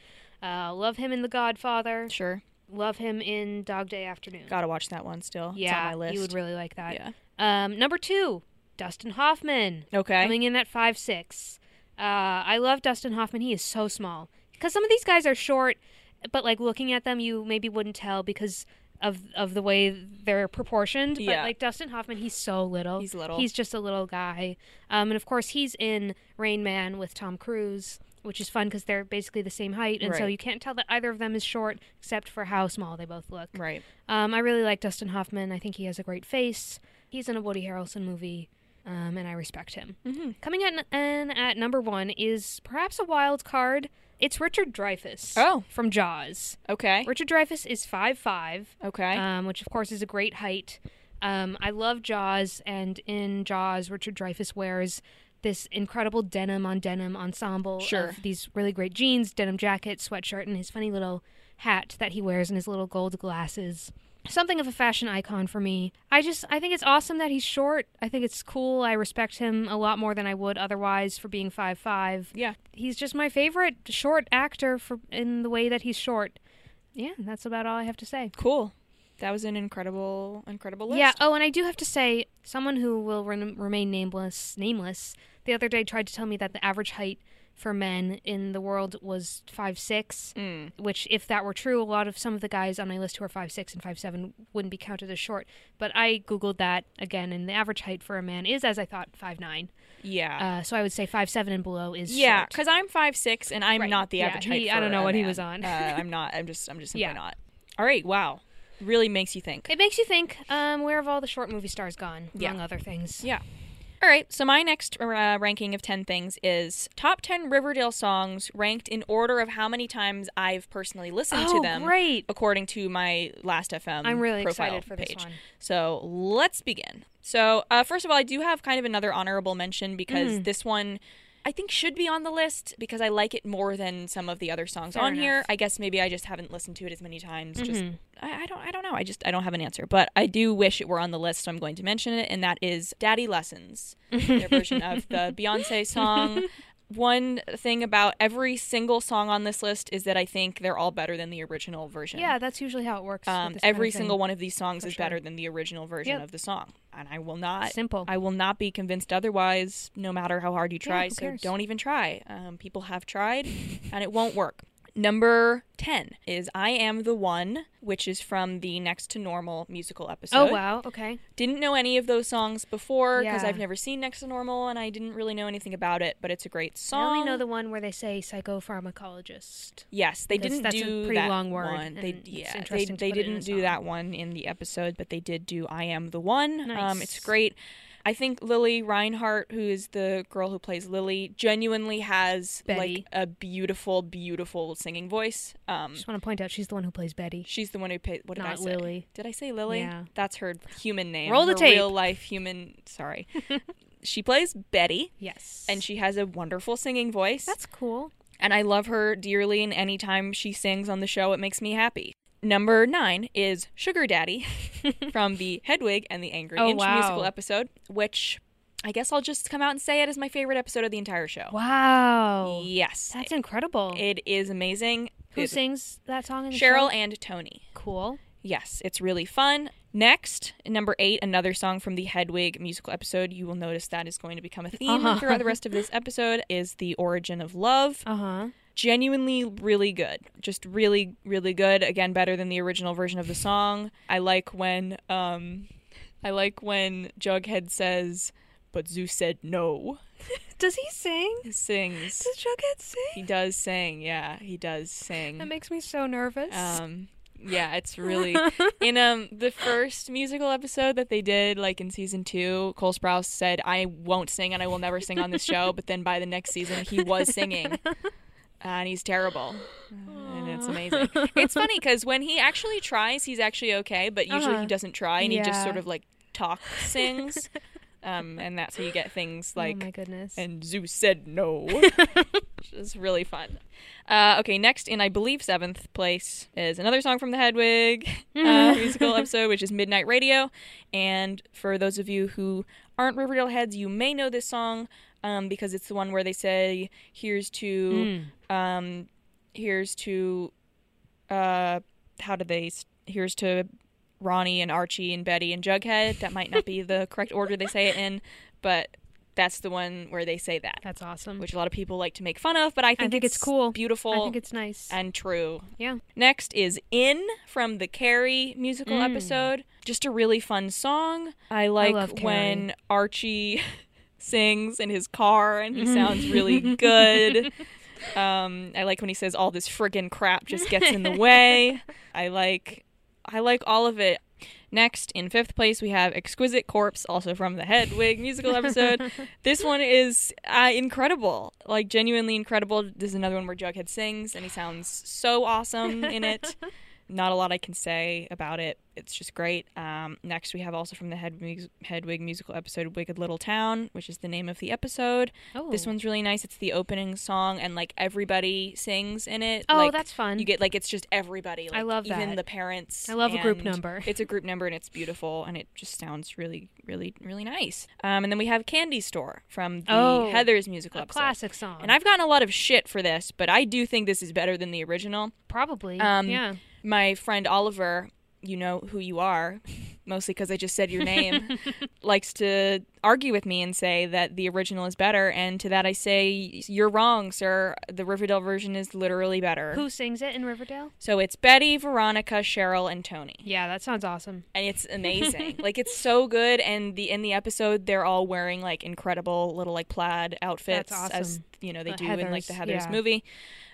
Uh, love him in The Godfather. Sure. Love him in Dog Day Afternoon. Gotta watch that one still. It's yeah, on my list. you would really like that. yeah. Um, number two, Dustin Hoffman. Okay. coming in at five six. Uh, I love Dustin Hoffman. He is so small because some of these guys are short, but like looking at them, you maybe wouldn't tell because of of the way they're proportioned. But Yeah. like Dustin Hoffman, he's so little. He's little. He's just a little guy. Um, and of course, he's in Rain Man with Tom Cruise. Which is fun because they're basically the same height, and so Right. you can't tell that either of them is short except for how small they both look. right. Um, I really like Dustin Hoffman. I think he has a great face. He's in a Woody Harrelson movie, um, and I respect him. Mhm. Coming in, in at number one is perhaps a wild card. It's Richard Dreyfuss. Oh. from Jaws. Okay. Richard Dreyfuss is five five, Okay. um, which of course is a great height. Um, I love Jaws, and in Jaws, Richard Dreyfuss wears this incredible denim on denim ensemble Sure. of these really great jeans, denim jacket, sweatshirt, and his funny little hat that he wears and his little gold glasses. Something of a fashion icon for me. I just I think it's awesome that he's short. I think it's cool. I respect him a lot more than I would otherwise for being five five. yeah. He's just my favorite short actor for in the way that he's short. Yeah, that's about all I have to say. Cool. That was an incredible, incredible list. Yeah. Oh, and I do have to say, someone who will rem- remain nameless, nameless, the other day tried to tell me that the average height for men in the world was five six, Mm. which if that were true, a lot of some of the guys on my list who are five six and five seven wouldn't be counted as short. But I googled that again, and the average height for a man is, as I thought, five nine. Yeah. Uh, so I would say five seven and below is yeah, short. because I'm five six and I'm Right. not the Yeah, average height. he- I don't for know a what he man. was on. uh, I'm not. I'm just. I'm just simply Yeah. not. All right. Wow. Really makes you think. It makes you think, um, where have all the short movie stars gone, Yeah. among other things? Yeah. All right. So my next uh, ranking of ten things is top ten Riverdale songs ranked in order of how many times I've personally listened Oh, to them, great. according to my Last FM. I'm really profile excited for this page. one. So let's begin. So uh, first of all, I do have kind of another honorable mention because Mm. this one. I think should be on the list because I like it more than some of the other songs Fair on here. enough. Mm-hmm. I guess maybe I just haven't listened to it as many times. Just I, I don't I don't know. I just I don't have an answer. But I do wish it were on the list, so I'm going to mention it, and that is Daddy Lessons. Their version of the Beyonce song. One thing about every single song on this list is that I think they're all better than the original version. Yeah, that's usually how it works. with Um, this kind every of thing. single one of these songs For is sure. better than the original version Yep. of the song, and I will not. Simple. I will not be convinced otherwise, no matter how hard you try. who so cares? don't even try. Um, people have tried, and it won't work. Number ten is "I Am the One," which is from the Next to Normal musical episode. Oh wow. Okay. Didn't know any of those songs before because Yeah. I've never seen Next to Normal, and I didn't really know anything about it. But it's a great song. I only know the one where they say psychopharmacologist. Yes, they Because didn't that's a do pretty that long word, One. They and it's yeah, they, interesting to they put it in a didn't do song. that one in the episode, but they did do "I Am the One." Um, it's Nice. great. I think Lily Reinhart, who is the girl who plays Lily, genuinely has like Betty. a beautiful, beautiful singing voice. Um, Just want to point out she's the one who plays Betty. she's the one who paid. What did I Not say? Lily. Did I say Lily? Yeah. That's her human name. Roll the her tape. Real life human. Sorry. she plays Betty, Yes. and she has a wonderful singing voice That's cool. and I love her dearly. And anytime she sings on the show, it makes me happy. Number nine is Sugar Daddy from the Hedwig and the Angry Oh, Inch wow. musical episode, which I guess I'll just come out and say it is my favorite episode of the entire show. Oh. Wow. Yes, That's incredible. it is amazing. Who It- sings that song in the show? Cheryl and Tony. Cool. Yes, it's really fun. Next, number eight, another song from the Hedwig musical episode. You will notice that is going to become a theme Uh-huh. throughout the rest of this episode. Is the origin of love. Uh huh. genuinely really good just really really good again better than the original version of the song i like when um i like when jughead says but zeus said no Does he sing? he sings Jughead he sing? does sing yeah he does sing makes me so nervous. um yeah it's really in um the first musical episode that they did like in season two cole sprouse said i won't sing and i will never sing on this show but then by the next season he was singing and he's terrible and it's amazing it's funny because when he actually tries he's actually okay but usually Uh-huh. he doesn't try and he just Yeah. sort of like talk sings um and that's how you get things like oh my goodness. and Zeus said no. Which is really fun. Uh, okay, next in I believe seventh place is another song from the Hedwig uh, musical episode, which is Midnight Radio. And for those of you who aren't Riverdale heads, you may know this song um, because it's the one where they say, "Here's to, um, here's to, uh, how do they? s- Here's to." Ronnie and Archie and Betty and Jughead. That might not be the correct order they say it in, but that's the one where they say that, That's awesome. which a lot of people like to make fun of, but I think, think it's cool. beautiful, I think it's nice. and true. yeah. Next is In from the Carrie musical Mm. episode. Just a really fun song. I like love when Archie sings in his car and he sounds really good. Um, I like when he says all this friggin' crap just gets in the way. I like I like all of it. Next, in fifth place, we have Exquisite Corpse, also from the Hedwig musical episode. this one is uh, incredible, like genuinely incredible. This is another one where Jughead sings, and he sounds so awesome in it. Not a lot I can say about it. It's just great. Um, next, we have also from the Hedwig, Hedwig musical episode, Wicked Little Town, which is the name of the episode. This Oh. one's really nice. It's the opening song, and like everybody sings in it. Oh, Like, that's fun. You get like it's just everybody. Like, I love even that. the parents. I love a group and number. It's a group number, and it's beautiful, and it just sounds really, really, really nice. Um, and then we have Candy Store from the Oh, Heather's musical A episode. classic song. And I've gotten a lot of shit for this, but I do think this is better than the original. probably. Um, yeah. My friend Oliver you know who you are, mostly because I just said your name, likes to argue with me and say that the original is better. And to that I say, you're wrong, sir. The Riverdale version is literally better. Who sings it in Riverdale? So it's Betty, Veronica, Cheryl, and Tony Yeah, that sounds awesome. and it's amazing. like it's so good. And the in the episode, they're all wearing like incredible little like plaid outfits, That's as awesome. you know they The do in like the Heathers, Heather's yeah. movie.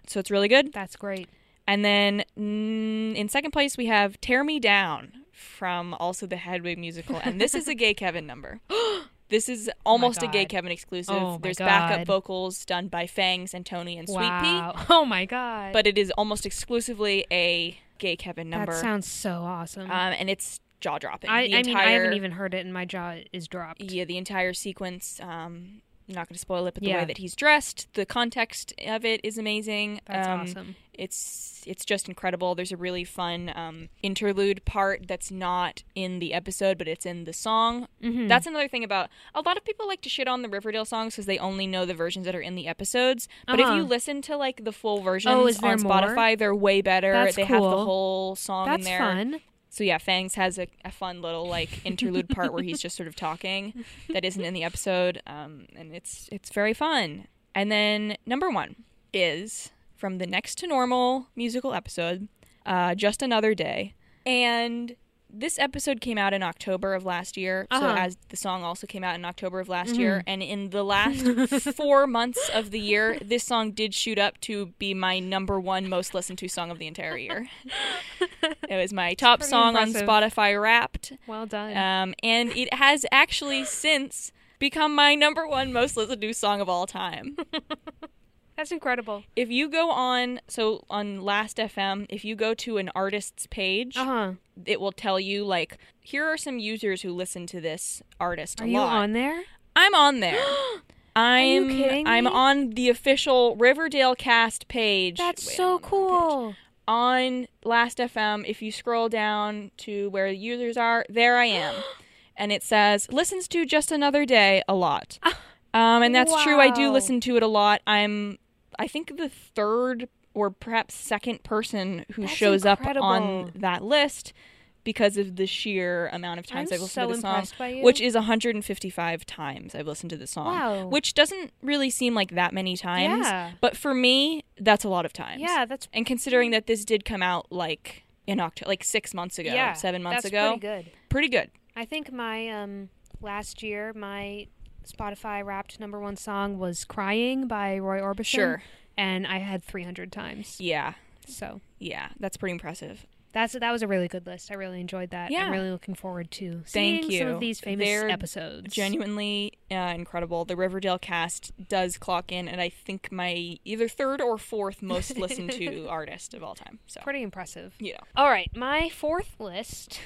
So it's really good. That's great. And then mm, in second place, we have "Tear Me Down" from also the Hedwig musical, and this is a gay Kevin number. This is almost a gay Oh God. Kevin exclusive. Oh my There's backup God. vocals done by Fangs and Tony and Sweet Pea, wow. Oh my god. but it is almost exclusively a gay Kevin number. that sounds so awesome. um, and it's jaw dropping. I, I mean, I haven't even heard it, and my jaw is dropped. yeah the entire sequence um I'm not going to spoil it but the Yeah. way that he's dressed the context of it is amazing That's Um, awesome. it's it's just incredible there's a really fun um, interlude part that's not in the episode but it's in the song Mm-hmm. that's another thing about a lot of people like to shit on the riverdale songs because they only know the versions that are in the episodes but Uh-huh. if you listen to like the full versions Oh, is there on more? spotify they're way better That's they have cool. the whole song in That's there fun. so yeah, Fangs has a, a fun little like interlude part where he's just sort of talking that isn't in the episode, um, and it's it's very fun. And then number one is from the next to normal musical episode, uh, just another day, and this episode came out in October of last year. So Uh-huh. as the song also came out in October of last year, and in the last four months of the year, this song did shoot up to be my number one most listened to song of the entire year. It was my top pretty song impressive. on Spotify Wrapped, Well done. um, and it has actually since become my number one most listened to song of all time. That's incredible. if you go on, so on Last FM, if you go to an artist's page, Uh huh. it will tell you like, here are some users who listen to this artist Are a you lot. on there? I'm on there. I'm kidding I'm me? on the official Riverdale cast page. That's Wait, I'm so on the page cool. on last fm if you scroll down to where the users are there i am and it says listens to just another day a lot um, and that's true i do Ah, Wow. listen to it a lot i'm i think the third or perhaps second person who That's shows up on incredible. that list because of the sheer amount of times I'm have listened so to the song impressed by you. which is 155 times i've listened to the song Wow. which doesn't really seem like that many times Yeah. but for me that's a lot of times Yeah, that's and considering that this did come out like in October, like six months ago, yeah, seven months that's ago, Pretty good. pretty good. I think my um last year my Spotify Wrapped number one song was "Crying" by Roy Orbison. Sure. And I had 300 times. Yeah, So yeah, that's pretty impressive. that's that was a really good list. I really enjoyed that. Yeah. I'm really looking forward to seeing Thank some you. of these famous They're episodes. Genuinely uh, incredible. The Riverdale cast does clock in, and I think my either third or fourth most listened to artist of all time. So Pretty impressive. you know, All right, my fourth list.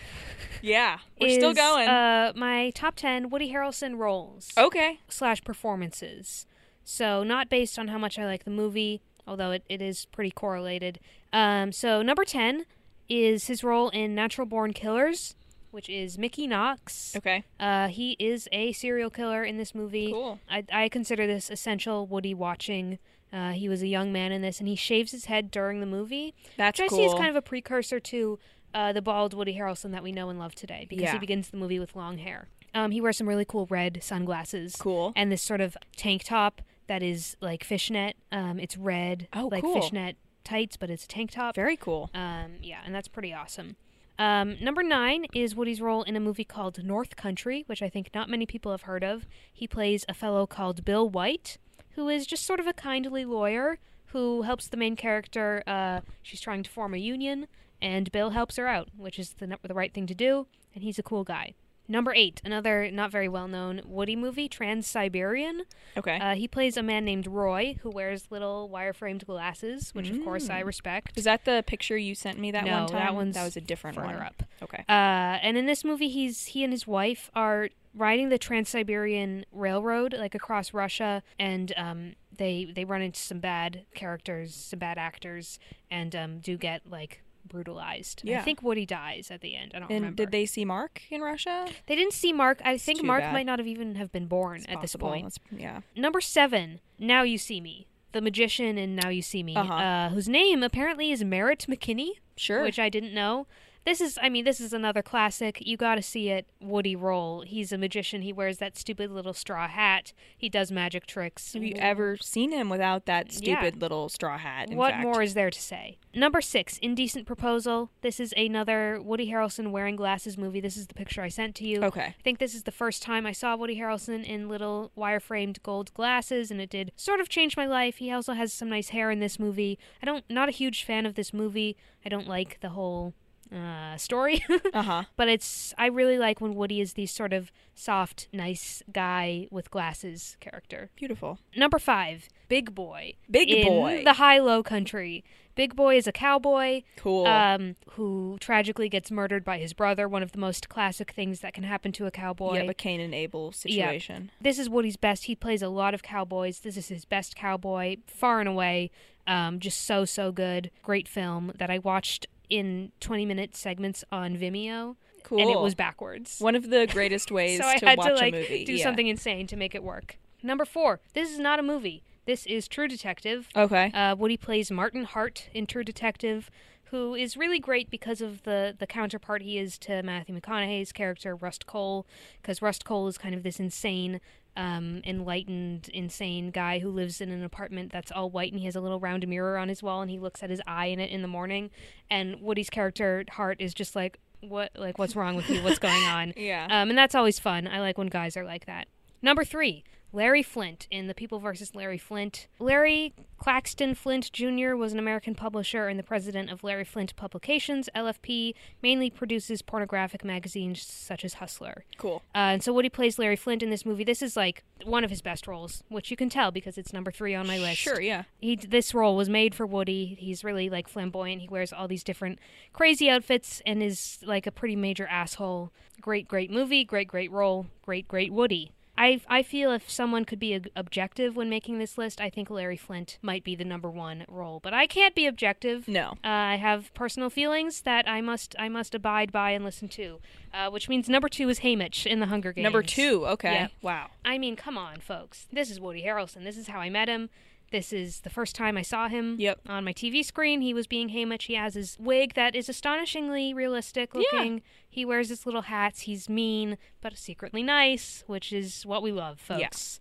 yeah, we're still is, going. Oh. Uh, my top ten Woody Harrelson roles okay, slash performances. So not based on how much I like the movie, although it, it is pretty correlated. Um, so number ten is his role in Natural Born Killers, which is Mickey Knox. okay, Uh, he is a serial killer in this movie. Cool. I, I consider this essential Woody watching. Uh, he was a young man in this, and he shaves his head during the movie. that's Which I cool. see is kind of a precursor to uh, the bald Woody Harrelson that we know and love today because Yeah. he begins the movie with long hair. Um, he wears some really cool red sunglasses. Cool. And this sort of tank top that is like fishnet. Um, it's red, Oh, like cool. fishnet tights, but it's a tank top. very cool. Um, yeah, and that's pretty awesome. Um, number nine is Woody's role in a movie called North Country, which I think not many people have heard of. He plays a fellow called Bill White, who is just sort of a kindly lawyer who helps the main character. Uh, she's trying to form a union, and Bill helps her out, which is the, the right thing to do, and he's a cool guy. Number eight, another not very well known Woody movie, Trans Siberian. Okay, Uh, he plays a man named Roy who wears little wire-framed glasses, which of course I respect. is that the picture you sent me that no, one time? that one's was a different further one. up. Okay, Uh, and in this movie, he's he and his wife are riding the Trans Siberian Railroad, like across Russia, and um, they they run into some bad characters, some bad actors, and um, do get like brutalized. I Yeah. think Woody dies at the end. I don't and remember. did they see Mark in Russia? They didn't see Mark. I think too Mark bad. might not have even have been born It's at this possible. point. That's- yeah. Number seven. Now you see me. The magician and Now You See Me, Uh-huh. uh, whose name apparently is Merritt McKinney Sure. which I didn't know. This is, I mean, this is another classic. You got to see it. Woody Roll. He's a magician. He wears that stupid little straw hat. He does magic tricks. Have you ever seen him without that Mm-hmm. Yeah. stupid little straw hat? In What fact? more is there to say? Number six, Indecent Proposal. This is another Woody Harrelson wearing glasses movie. This is the picture I sent to you. Okay. I think this is the first time I saw Woody Harrelson in little wireframed gold glasses, and it did sort of change my life. He also has some nice hair in this movie. I don't, not a huge fan of this movie. I don't like the whole uh, story. Uh huh. But it's I really like when Woody is the sort of soft, nice guy with glasses character. Beautiful. Number five, Big Boy. Big in Boy. The high low country. Big Boy is a cowboy Cool. um, who tragically gets murdered by his brother, one of the most classic things that can happen to a cowboy. you have a Cain and Abel situation. This is Woody's best. He plays a lot of cowboys. This is his best cowboy, far and away. Um, just so, so good. Great film that I watched in 20 minute segments on Vimeo. Cool. And it was backwards one of the greatest ways so I to had watch to like a movie. do Yeah. something insane to make it work. Number four, this is not a movie. This is True Detective. Okay. Uh, Woody plays Martin Hart in True Detective, who is really great because of the the counterpart he is to Matthew McConaughey's character Rust Cole, because Rust Cole is kind of this insane. Um, enlightened, insane guy who lives in an apartment that's all white, and he has a little round mirror on his wall, and he looks at his eye in it in the morning. And Woody's character Hart is just like, "What? Like, what's wrong with you? What's going on?" Yeah. Um, and that's always fun. I like when guys are like that. Number three, Larry Flint in The People versus Larry Flint. Larry Claxton Flint Jr. was an American publisher and the president of Larry Flint Publications, LFP, mainly produces pornographic magazines such as Hustler. cool. Uh, and so Woody plays Larry Flint in this movie. This is like one of his best roles, which you can tell because it's number three on my list Sure. Yeah. he this role was made for Woody. He's really like flamboyant. He wears all these different crazy outfits and is like a pretty major asshole. Great, great movie. Great, great role. Great, great Woody. I I feel if someone could be ob- objective when making this list, I think Larry Flint might be the number one role. But I can't be objective. No. Uh, I have personal feelings that I must I must abide by and listen to, uh, which means number two is Haymitch in the Hunger Games. Number two. Okay. Yeah. Wow. I mean, come on, folks. This is Woody Harrelson. This is how I met him. This is the first time I saw him Yep. on my TV screen. He was being Haymitch. He has his wig that is astonishingly realistic looking. He wears his little hats. He's mean, but secretly nice, which is what we love, folks.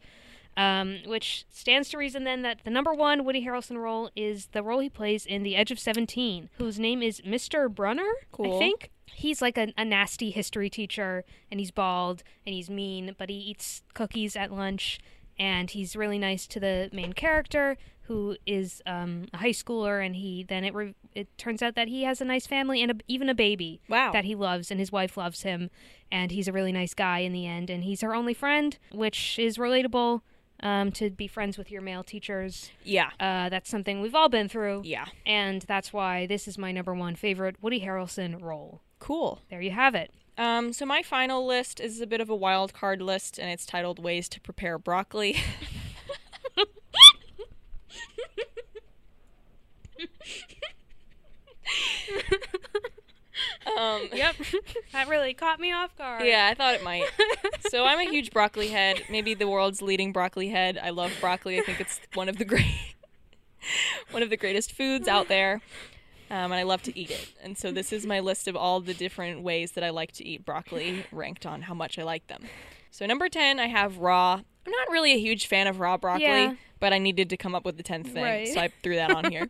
Um, which stands to reason then that the number one Woody Harrelson role is the role he plays in The Edge of 17, whose name is Mr. Brunner, I Cool. think. He's like a, a nasty history teacher, and he's bald, and he's mean, but he eats cookies at lunch, and he's really nice to the main character, who is um, a high schooler, and he then it re- it turns out that he has a nice family and a, even a baby Wow. that he loves, and his wife loves him, and he's a really nice guy in the end, and he's her only friend, which is relatable um, to be friends with your male teachers. Yeah. Uh, that's something we've all been through. Yeah. And that's why this is my number one favorite Woody Harrelson role. Cool. There you have it. Um, so my final list is a bit of a wild card list, and it's titled "Ways to Prepare Broccoli." um, Yep. that really caught me off guard. yeah, I thought it might. So I'm a huge broccoli head, maybe the world's leading broccoli head. I love broccoli. I think it's one of the great, one of the greatest foods out there, um, and I love to eat it. And so this is my list of all the different ways that I like to eat broccoli, ranked on how much I like them. So number ten, I have raw. I'm not really a huge fan of raw broccoli, Yeah. but I needed to come up with the tenth thing, Right. so I threw that on here.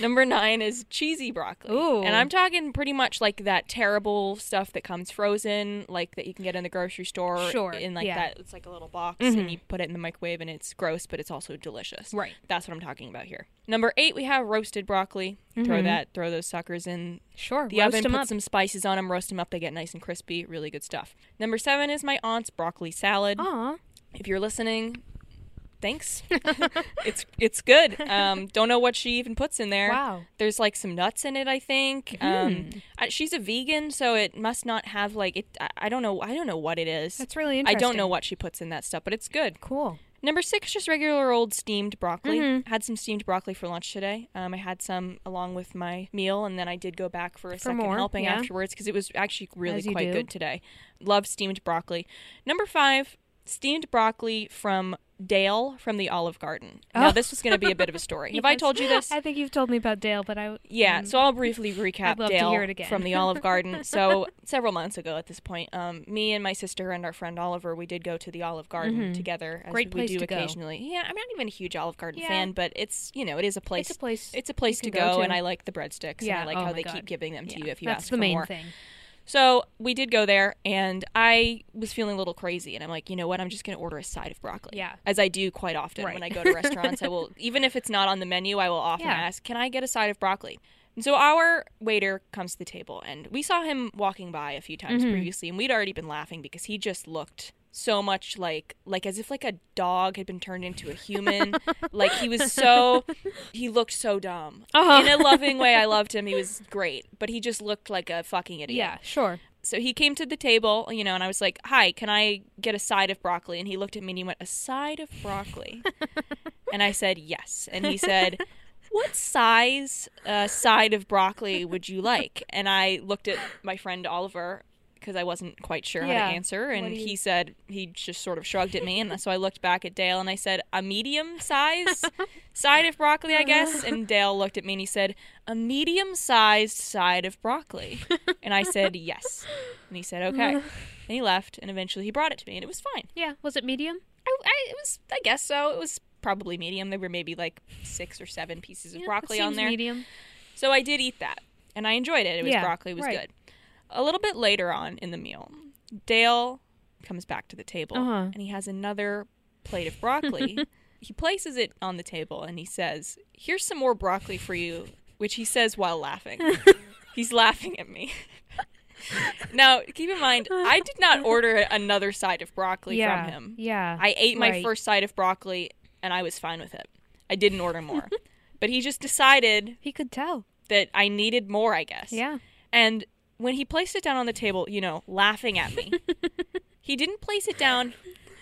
Number nine is cheesy broccoli. Ooh. And I'm talking pretty much like that terrible stuff that comes frozen, like that you can get in the grocery store. Sure, In like yeah. Mm-hmm. that, it's like a little box and you put it in the microwave and it's gross, but it's also delicious. Right. That's what I'm talking about here. Number eight, we have roasted broccoli. Throw that, throw those suckers in Sure. the Mm-hmm. roast oven, him put up. some spices on them, roast them up. They get nice and crispy. Really good stuff. Number seven is my aunt's broccoli salad Aw. if you're listening, thanks. it's it's good. Um, don't know what she even puts in there. Wow. Hmm. There's like some nuts in it, I think. Um, I, she's a vegan, so it must not have like it. I, I don't know. I don't know what it is. That's really I don't know interesting. what she puts in that stuff, but it's good. Cool. Number six, just regular old steamed broccoli. Mm-hmm. Had some steamed broccoli for lunch today. Um, I had some along with my meal, and then I did go back for a second more, helping yeah. afterwards because it was actually really As you quite do. good today. Love steamed broccoli. Number five, steamed broccoli from Dale from the Olive Garden. Now, Oh. this was going to be a bit of a story. Have I Yes. told you this? I think you've told me about Dale, but I Yeah, mm, so I'll briefly recap I'd love to Dale hear it again. from the Olive Garden. so several months ago, at this point, um, me and my sister and our friend Oliver, we did go to the Olive Garden together. As Mm-hmm. Great we place do to go. occasionally. Yeah, I'm not even a huge Olive Garden Yeah. fan, but it's you know it is a place. it's a place. It's a place to can go, go to. and I like the breadsticks. and yeah, I like oh how my they God. keep giving them to Yeah, you if you That's ask the for main more. thing. So we did go there, and I was feeling a little crazy, and I'm like, you know what? I'm just going to order a side of broccoli. Yeah. As I do quite often Right. when I go to restaurants, I will, even if it's not on the menu, I will often Yeah. ask, can I get a side of broccoli? And so our waiter comes to the table, and we saw him walking by a few times Mm-hmm. previously, and we'd already been laughing because he just looked so much like like as if like a dog had been turned into a human like he was so he looked so dumb Uh-huh. in a loving way i loved him he was great but he just looked like a fucking idiot Yeah, sure. so he came to the table, you know, and I was like, "Hi, can I get a side of broccoli?" And he looked at me and he went, "A side of broccoli," and I said, "Yes." And he said, "What size uh, side of broccoli would you like?" And I looked at my friend Oliver because I wasn't quite sure how Yeah. to answer, What and do you- he said he just sort of shrugged at me, and so I looked back at Dale and I said, "A medium size side of broccoli, I guess." And Dale looked at me and he said, "A medium-sized side of broccoli," and I said, "Yes." And he said, okay. and he left, and eventually he brought it to me, and it was fine. Yeah, was it medium? I, I, it was, I guess so. It was probably medium. There were maybe like six or seven pieces of Yeah, it broccoli on seems there. Medium. So I did eat that, and I enjoyed it. It was Yeah, broccoli, it was right. good. A little bit later on in the meal, Dale comes back to the table, Uh-huh. and he has another plate of broccoli. he places it on the table, and he says, "Here's some more broccoli for you," which he says while laughing. He's laughing at me. now, keep in mind, I did not order another side of broccoli yeah, from him. Yeah. I ate my Right. first side of broccoli, and I was fine with it. I didn't order more. But he just decided he could tell. that I needed more, I guess. Yeah. And when he placed it down on the table, you know, laughing at me, he didn't place it down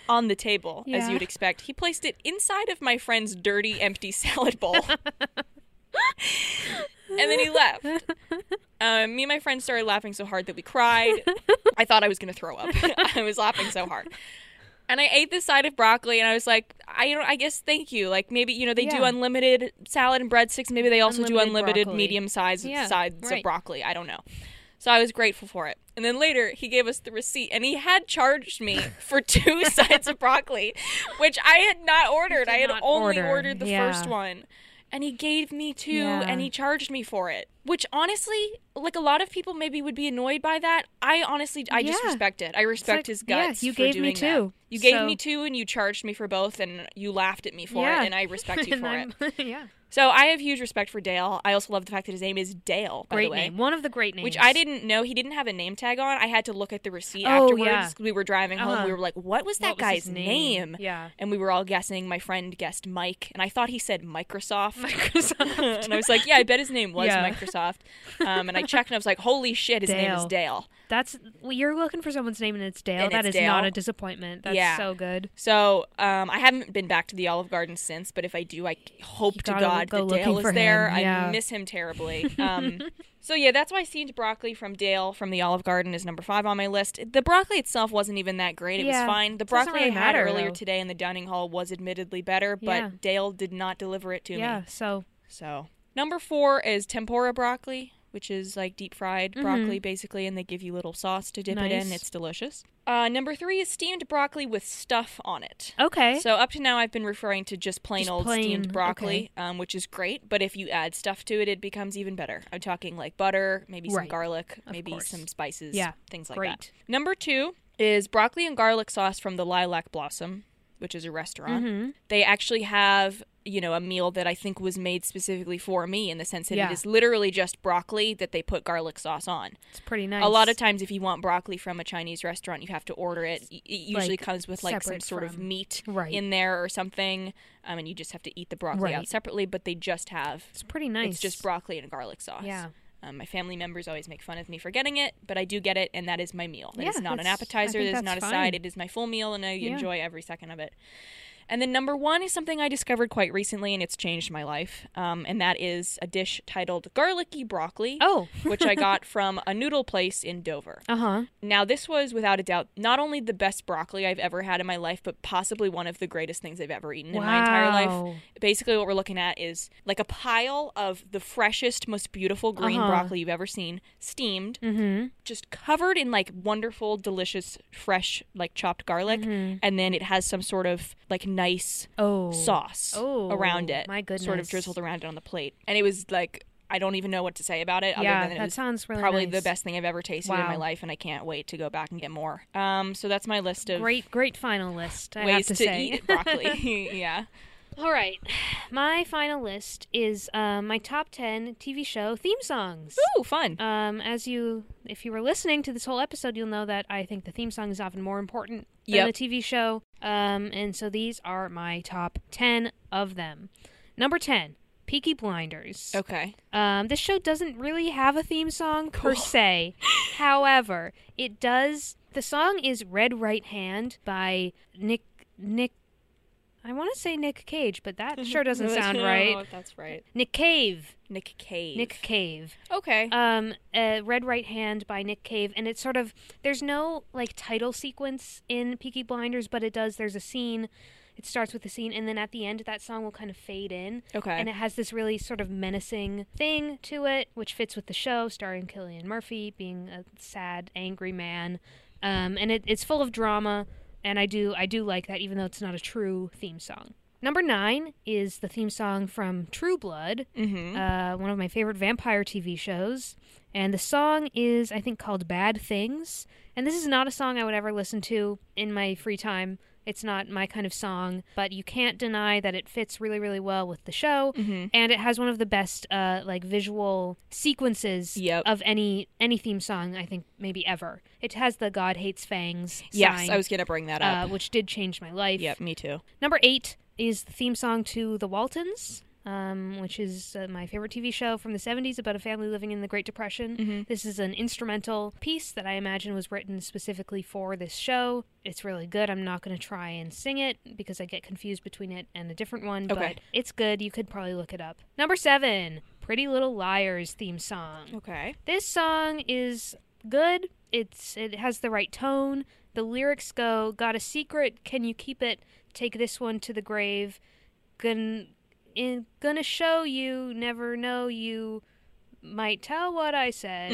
on the table as Yeah. you'd expect. He placed it inside of my friend's dirty, empty salad bowl. and then he left. Um, me and my friend started laughing so hard that we cried. I thought I was going to throw up. I was laughing so hard. And I ate this side of broccoli, and I was like, I don't. I guess thank you. Like maybe you know they do Yeah. unlimited salad and breadsticks. Maybe they also do Unlimited unlimited broccoli. medium size Yeah, sides of right. broccoli. I don't know. So I was grateful for it. And then later he gave us the receipt, and he had charged me for two sides of broccoli, which I had not ordered. I had not only order, ordered the yeah. first one. And he gave me two, Yeah. and he charged me for it. Which honestly, like a lot of people maybe would be annoyed by that. I honestly, I just Yeah. respect it. I respect like, his yeah, guts. you for gave me doing two, That. You gave so- me two, and you charged me for both, and you laughed at me for Yeah. it, and I respect you And for it. I'm- yeah. So I have huge respect for Dale. I also love the fact that his name is Dale. By Great the way. name. One of the great names. Which I didn't know. He didn't have a name tag on. I had to look at the receipt Oh, afterwards. yeah. We were driving home. Uh-huh. We were like, what was that What was guy's his name? name? Yeah. And we were all guessing. My friend guessed Mike. And I thought he said Microsoft. Microsoft. and I was like, yeah, I bet his name was Yeah. Microsoft. Um, and I checked and I was like, holy shit, his name is Dale. Dale. That's well, you're looking for someone's name and it's Dale. And That it's is not Dale. a disappointment. That's Yeah. so good. So um, I haven't been back to the Olive Garden since, but if I do, I hope to gotta God go that Dale looking for is there. him, I yeah. miss him terribly. Um, so yeah, that's why seed broccoli from Dale from the Olive Garden is number five on my list. The broccoli itself wasn't even that great. It Yeah. was fine. The Doesn't broccoli really I had matter, earlier though. today in the dining hall was admittedly better, but Yeah. Dale did not deliver it to me. Yeah. So So number four is tempura broccoli, which is like deep fried broccoli basically, and they give you little sauce to dip it in. Mm-hmm. Nice. It's delicious. Uh, number three is steamed broccoli with stuff on it. okay. So up to now, I've been referring to just plain Just old plain, steamed broccoli, um, which is great. But if you add stuff to it, it becomes even better. I'm talking like butter, maybe some Right. garlic, maybe course. some spices, Yeah. things like that. Great. Number two is broccoli and garlic sauce from the Lilac Blossom, which is a restaurant. Mm-hmm. They actually have you know a meal that I think was made specifically for me in the sense that Yeah. it is literally just broccoli that they put garlic sauce on. it's pretty nice. A lot of times, if you want broccoli from a Chinese restaurant, you have to order it. Y- It usually Like, comes with like some separate sort of from- meat Right. in there or something, um, and you just have to eat the broccoli out Right. separately. But they just have it's pretty nice. it's just broccoli and garlic sauce. Yeah. Um, my family members always make fun of me for getting it, but I do get it, and that is my meal. That is Yeah, not an that's- I appetizer. think That is that's not a fine. side. It is my full meal, and I enjoy every second of it. And then number one is something I discovered quite recently, and it's changed my life. Um, and that is a dish titled garlicky broccoli. Oh. which I got from a noodle place in Dover. Uh huh. Now, this was without a doubt not only the best broccoli I've ever had in my life, but possibly one of the greatest things I've ever eaten in my entire Wow. life. Basically, what we're looking at is like a pile of the freshest, most beautiful green Uh-huh. Mm. broccoli you've ever seen, steamed, Mm-hmm. just covered in like wonderful, delicious, fresh, like chopped garlic. Mm-hmm. And then it has some sort of like nice Oh. sauce Oh, around it. my Sort goodness. of drizzled around it on the plate. And it was like, I don't even know what to say about it. Yeah, other than it that was sounds really probably the nice. best thing I've ever tasted in my Wow. life, and I can't wait to go back and get more. Um, so that's my list of Great, great final list. I ways have to, to, say. eat broccoli. yeah. All right, my final list is uh, my top ten TV show theme songs. Ooh, fun. Um, as you, if you were listening to this whole episode, you'll know that I think the theme song is often more important than Yep. the TV show. Um, and so these are my top ten of them. Number ten, Peaky Blinders. okay. Um, this show doesn't really have a theme song per se. However, it does. The song is "Red Right Hand" by Nick Nick. I want to say Nick Cage, but that sure doesn't sound right. Oh, That's right. Nick Cave. Nick Cave. Nick Cave. Okay. Um, uh, Red Right Hand by Nick Cave, and it's sort of there's no like title sequence in Peaky Blinders, but it does. There's a scene. It starts with a scene, and then at the end, that song will kind of fade in. Okay. And it has this really sort of menacing thing to it, which fits with the show, starring Killian Murphy being a sad, angry man, um, and it, it's full of drama. And I do I do like that, even though it's not a true theme song. Number nine is the theme song from True Blood, uh, one of my favorite vampire TV shows. And the song is, I think, called Bad Things. And this is not a song I would ever listen to in my free time. It's not my kind of song, but you can't deny that it fits really, really well with the show, Mm-hmm. and it has one of the best uh, like visual sequences Yep. of any any theme song I think maybe ever. It has the God hates fangs. yes, sign, I was gonna bring that uh, up. which did change my life. yep, me too. Number eight is the theme song to The Waltons, um, which is uh, my favorite TV show from the 70s about a family living in the Great Depression. This is an instrumental piece that I imagine was written specifically for this show. It's really good. I'm not going to try and sing it because I get confused between it and a different one, Okay. but it's good. You could probably look it up. Number seven, Pretty Little Liars theme song. Okay. This song is good. It's it has the right tone. The lyrics go, "Got a secret? Can you keep it? Take this one to the grave. Gonna in, gonna show you. Never know you might tell what I said."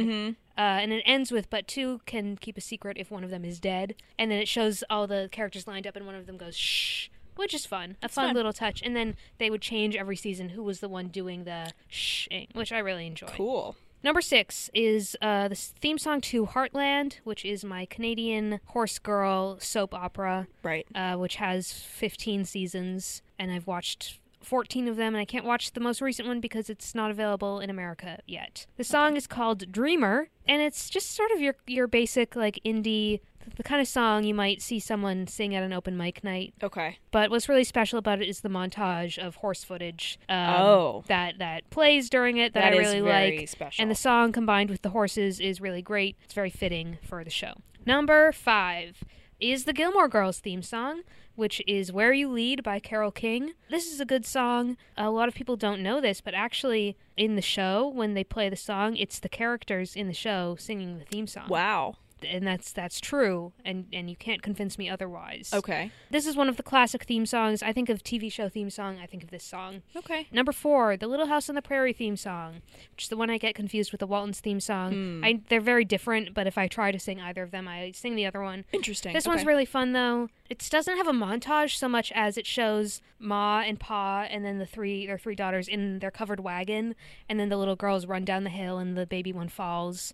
Uh, and it ends with, "But two can keep a secret if one of them is dead." And then it shows all the characters lined up, and one of them goes, "Shh." Which is fun, a fun, fun. little touch, and then they would change every season who was the one doing the shh, which I really enjoy. Cool. Number six is uh, the s- theme song to Heartland, which is my Canadian horse girl soap opera, Right. uh, which has 15 seasons, and I've watched 14 of them, and I can't watch the most recent one because it's not available in America yet. The song is called Dreamer, and it's just sort of your your basic like indie, the kind of song you might see someone sing at an open mic night. Okay. But what's really special about it is the montage of horse footage um, Oh. that that plays during it that, That I is really very like. special. And the song combined with the horses is really great. It's very fitting for the show. Number five is the Gilmore Girls theme song, which is Where You Lead by Carol King. This is a good song. A lot of people don't know this, but actually in the show when they play the song, it's the characters in the show singing the theme song. Wow. And that's that's true and and you can't convince me otherwise. Okay. This is one of the classic theme songs. I think of TV show theme song, I think of this song. Okay. Number four, the Little House on the Prairie theme song, which is the one I get confused with the Waltons theme song. I, they're very different, but if I try to sing either of them, I sing the other one. Interesting. This one's Okay. really fun though. It doesn't have a montage so much as it shows Ma and Pa and then the three their three daughters in their covered wagon, and then the little girls run down the hill and the baby one falls.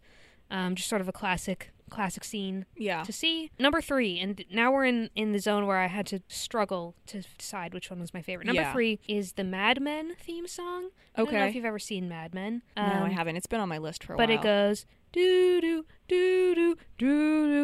Um, just sort of a classic classic scene Yeah. to see number three and th- now we're in in the zone where i had to struggle to f- decide which one was my favorite number Yeah. three is the mad men theme song i don't know Okay. if you've ever seen mad men no, I Um, haven't. It's been on my list for a but while. it goes doo doo doo doo doo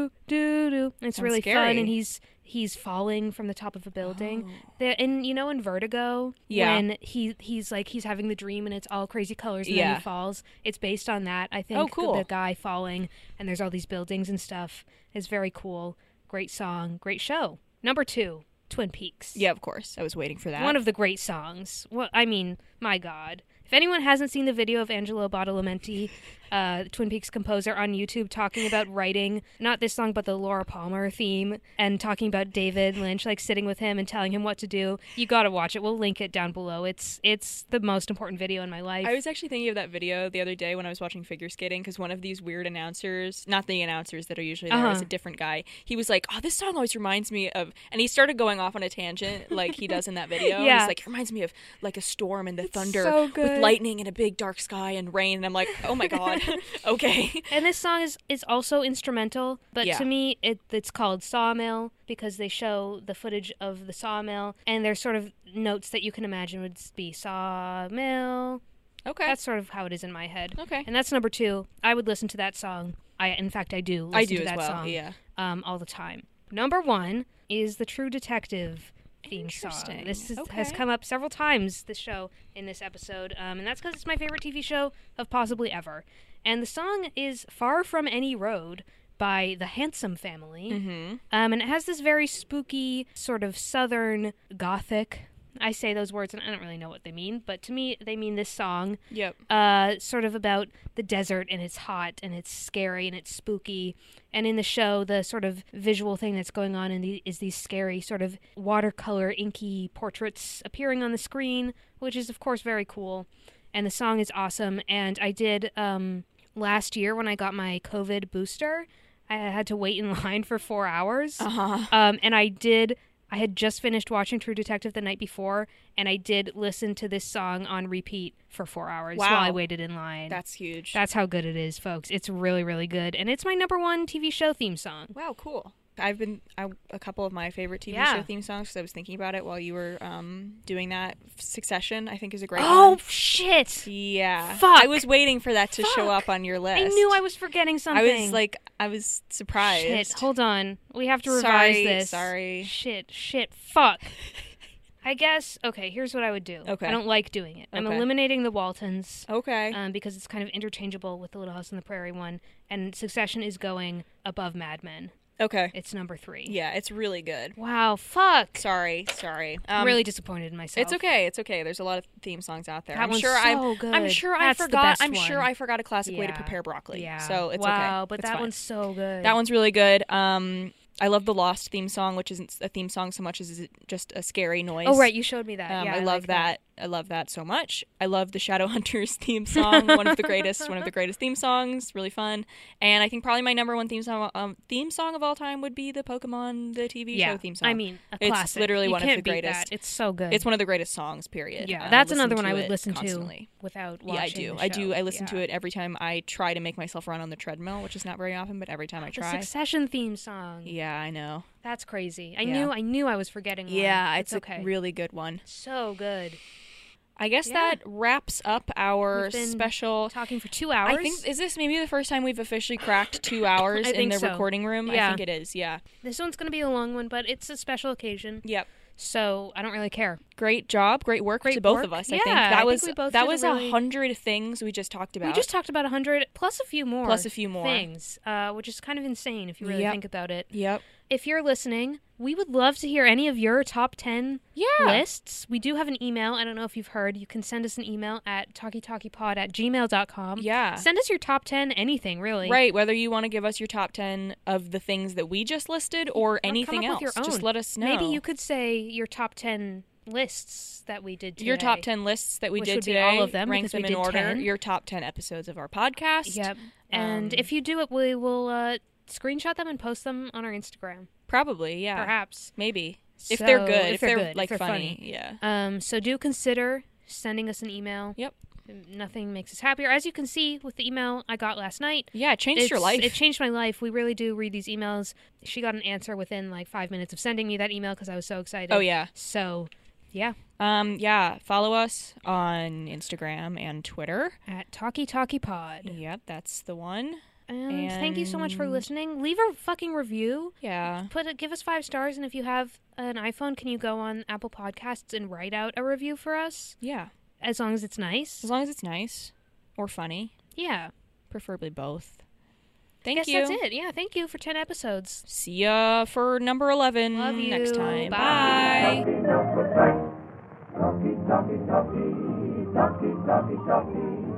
doo doo doo. It's really fun, scary. Oh. and he's he's falling from the top of a building. There, and you know in Vertigo, Yeah. when he he's like he's having the dream and it's all crazy colors and then Yeah. he falls. It's based on that. I think Oh, cool. the guy falling and there's all these buildings and stuff is very cool. Great song, great show. Number two Twin Peaks. Yeah, of course. I was waiting for that. One of the great songs. Well, I mean, my God. If anyone hasn't seen the video of Angelo Badalamenti, uh, Twin Peaks composer on YouTube, talking about writing not this song but the Laura Palmer theme, and talking about David Lynch like sitting with him and telling him what to do, you gotta watch it. We'll link it down below. It's it's the most important video in my life. I was actually thinking of that video the other day when I was watching figure skating because one of these weird announcers, not the announcers that are usually there, it was Uh-huh. a different guy. He was like, "Oh, this song always reminds me of," and he started going off on a tangent like he does in that video. Yeah. he's like, "It reminds me of like a storm and the thunder so with good. lightning and a big dark sky and rain." And I'm like, "Oh my god, okay." And this song is, is also instrumental, but Yeah. to me, it, it's called Sawmill because they show the footage of the sawmill, and there's sort of notes that you can imagine would be sawmill. Okay, That's sort of how it is in my head. Okay. And that's number two. I would listen to that song. I, in fact, I do. Listen I do to as that well, Song, yeah. Um, all the time. Number one is the True Detective theme song. Interesting. This is, has Okay. come up several times this show in this episode, um, and that's because it's my favorite TV show of possibly ever. And the song is "Far from Any Road" by the Handsome Family, mm-hmm. um, and it has this very spooky sort of Southern Gothic. I say those words, and I don't really know what they mean, but to me, they mean this song yep. uh, sort of about the desert and it's hot and it's scary and it's spooky. And in the show, the sort of visual thing that's going on in the, is these scary sort of watercolor inky portraits appearing on the screen, which is of course very cool. And the song is awesome. And I did um, last year when I got my COVID booster. I had to wait in line for four hours. Um, and I did. I had just finished watching True Detective the night before, and I did listen to this song on repeat for four hours while I Wow. waited in line. That's huge. That's how good it is, folks. It's really, really good, and it's my number one TV show theme song. Wow, cool. I've been I, a couple of my favorite TV Yeah. show theme songs because I was thinking about it while you were um, doing that. Succession, I think, is a great Oh one. shit! Yeah, Fuck. I was waiting for that to show Fuck. up on your list. I knew I was forgetting I something. was like, I was surprised. shit. Hold on, we have to revise Sorry, this. sorry. Shit. Shit. Fuck. I guess. Okay. Here's what I would do. Okay. I don't like doing it. I'm Okay. eliminating the Waltons. Okay. um, because it's kind of interchangeable with the Little House on the Prairie one. And Succession is going above Mad Men. okay. It's number three. yeah, it's really good. Wow. Fuck. Sorry, sorry. I'm Um, really disappointed in myself. It's okay. It's okay. There's a lot of theme songs out there. That I'm one's sure I. so I'm good. sure That's I the forgot. best I'm sure one. I forgot a classic way to Yeah. prepare broccoli. Yeah. So it's okay. wow, But It's that fine. one's so good. That one's really good. Um, I love the Lost theme song, which isn't a theme song so much as it just a scary noise. Oh right, you showed me that. Um, yeah, I, I love like that. I love that so much. I love the Shadowhunters theme song, one of the greatest, one of the greatest theme songs. Really fun, and I think probably my number one theme song, um, theme song of all time would be the Pokemon the TV Yeah. show theme song. I mean, a it's classic. literally You one of can't the beat greatest. that. It's so good. It's one of the greatest songs. Period. yeah. And I that's listen another one to I would it listen constantly. to without watching. Yeah, I do. the I do. show. I listen to Yeah. it every time I try to make myself run on the treadmill, which is not very often, but every time I The try. Succession theme song. Yeah, I know. That's crazy. I Yeah. knew. I knew I was forgetting. one. Yeah, it's, it's, okay. a really good one. so good. I guess Yeah. that wraps up our We've been special Talking for two hours. I think is this maybe the first time we've officially cracked two hours I in think the so. recording room? I Yeah. think it is. Yeah. This one's going to be a long one, but it's a special occasion, Yep. so I don't really care. Great job. Great work Great to both work. of us. I Yeah, think I that think was we both did that a was really- hundred things we just talked about. We just talked about 100 plus a few more. Plus a few more. Things, uh, which is kind of insane if you really Yep. think about it. Yep. If you're listening, we would love to hear any of your top 10 Yeah. lists. We do have an email. I don't know if you've heard. You can send us an email at talkietalkiepod at gmail.com. Yeah. Send us your top 10, anything really. Right, whether you want to give us your top 10 of the things that we just listed or Or come anything up else, with your just own. let us know. Maybe you could say your top 10 lists that we did today. your top 10 lists that we Which did would be today, all of them, rank because we them in did order, 10. your top 10 episodes of our podcast. Yep. And Um, if you do it, we will uh, screenshot them and post them on our Instagram, Probably, yeah. perhaps. Maybe. If they're So- good, if if, they're, they're good, if like they're funny. funny. Yeah. Um, so do consider sending us an email. Yep. Nothing makes us happier. As you can see with the email I got last night, Yeah, it changed your it's- life. It changed my life. We really do read these emails. She got an answer within like five minutes of sending me that email because I was so excited. Oh, yeah. So, yeah, Um, yeah, follow us on Instagram and Twitter. at Talkie Talkie Pod. Yep, that's the one. And thank you so much for listening. Leave a fucking review. Yeah. put a, give us five stars and if you have an iphone can you go on apple podcasts and write out a review for us Yeah. as long as it's nice As long as it's nice or funny, yeah preferably both. Thank guess you. that's it. Yeah, thank you for 10 episodes. See ya for number 11 Love you. next time. Bye. Bye. Talkie, no good right. Talkie, talkie, talkie, talkie, talkie, talkie.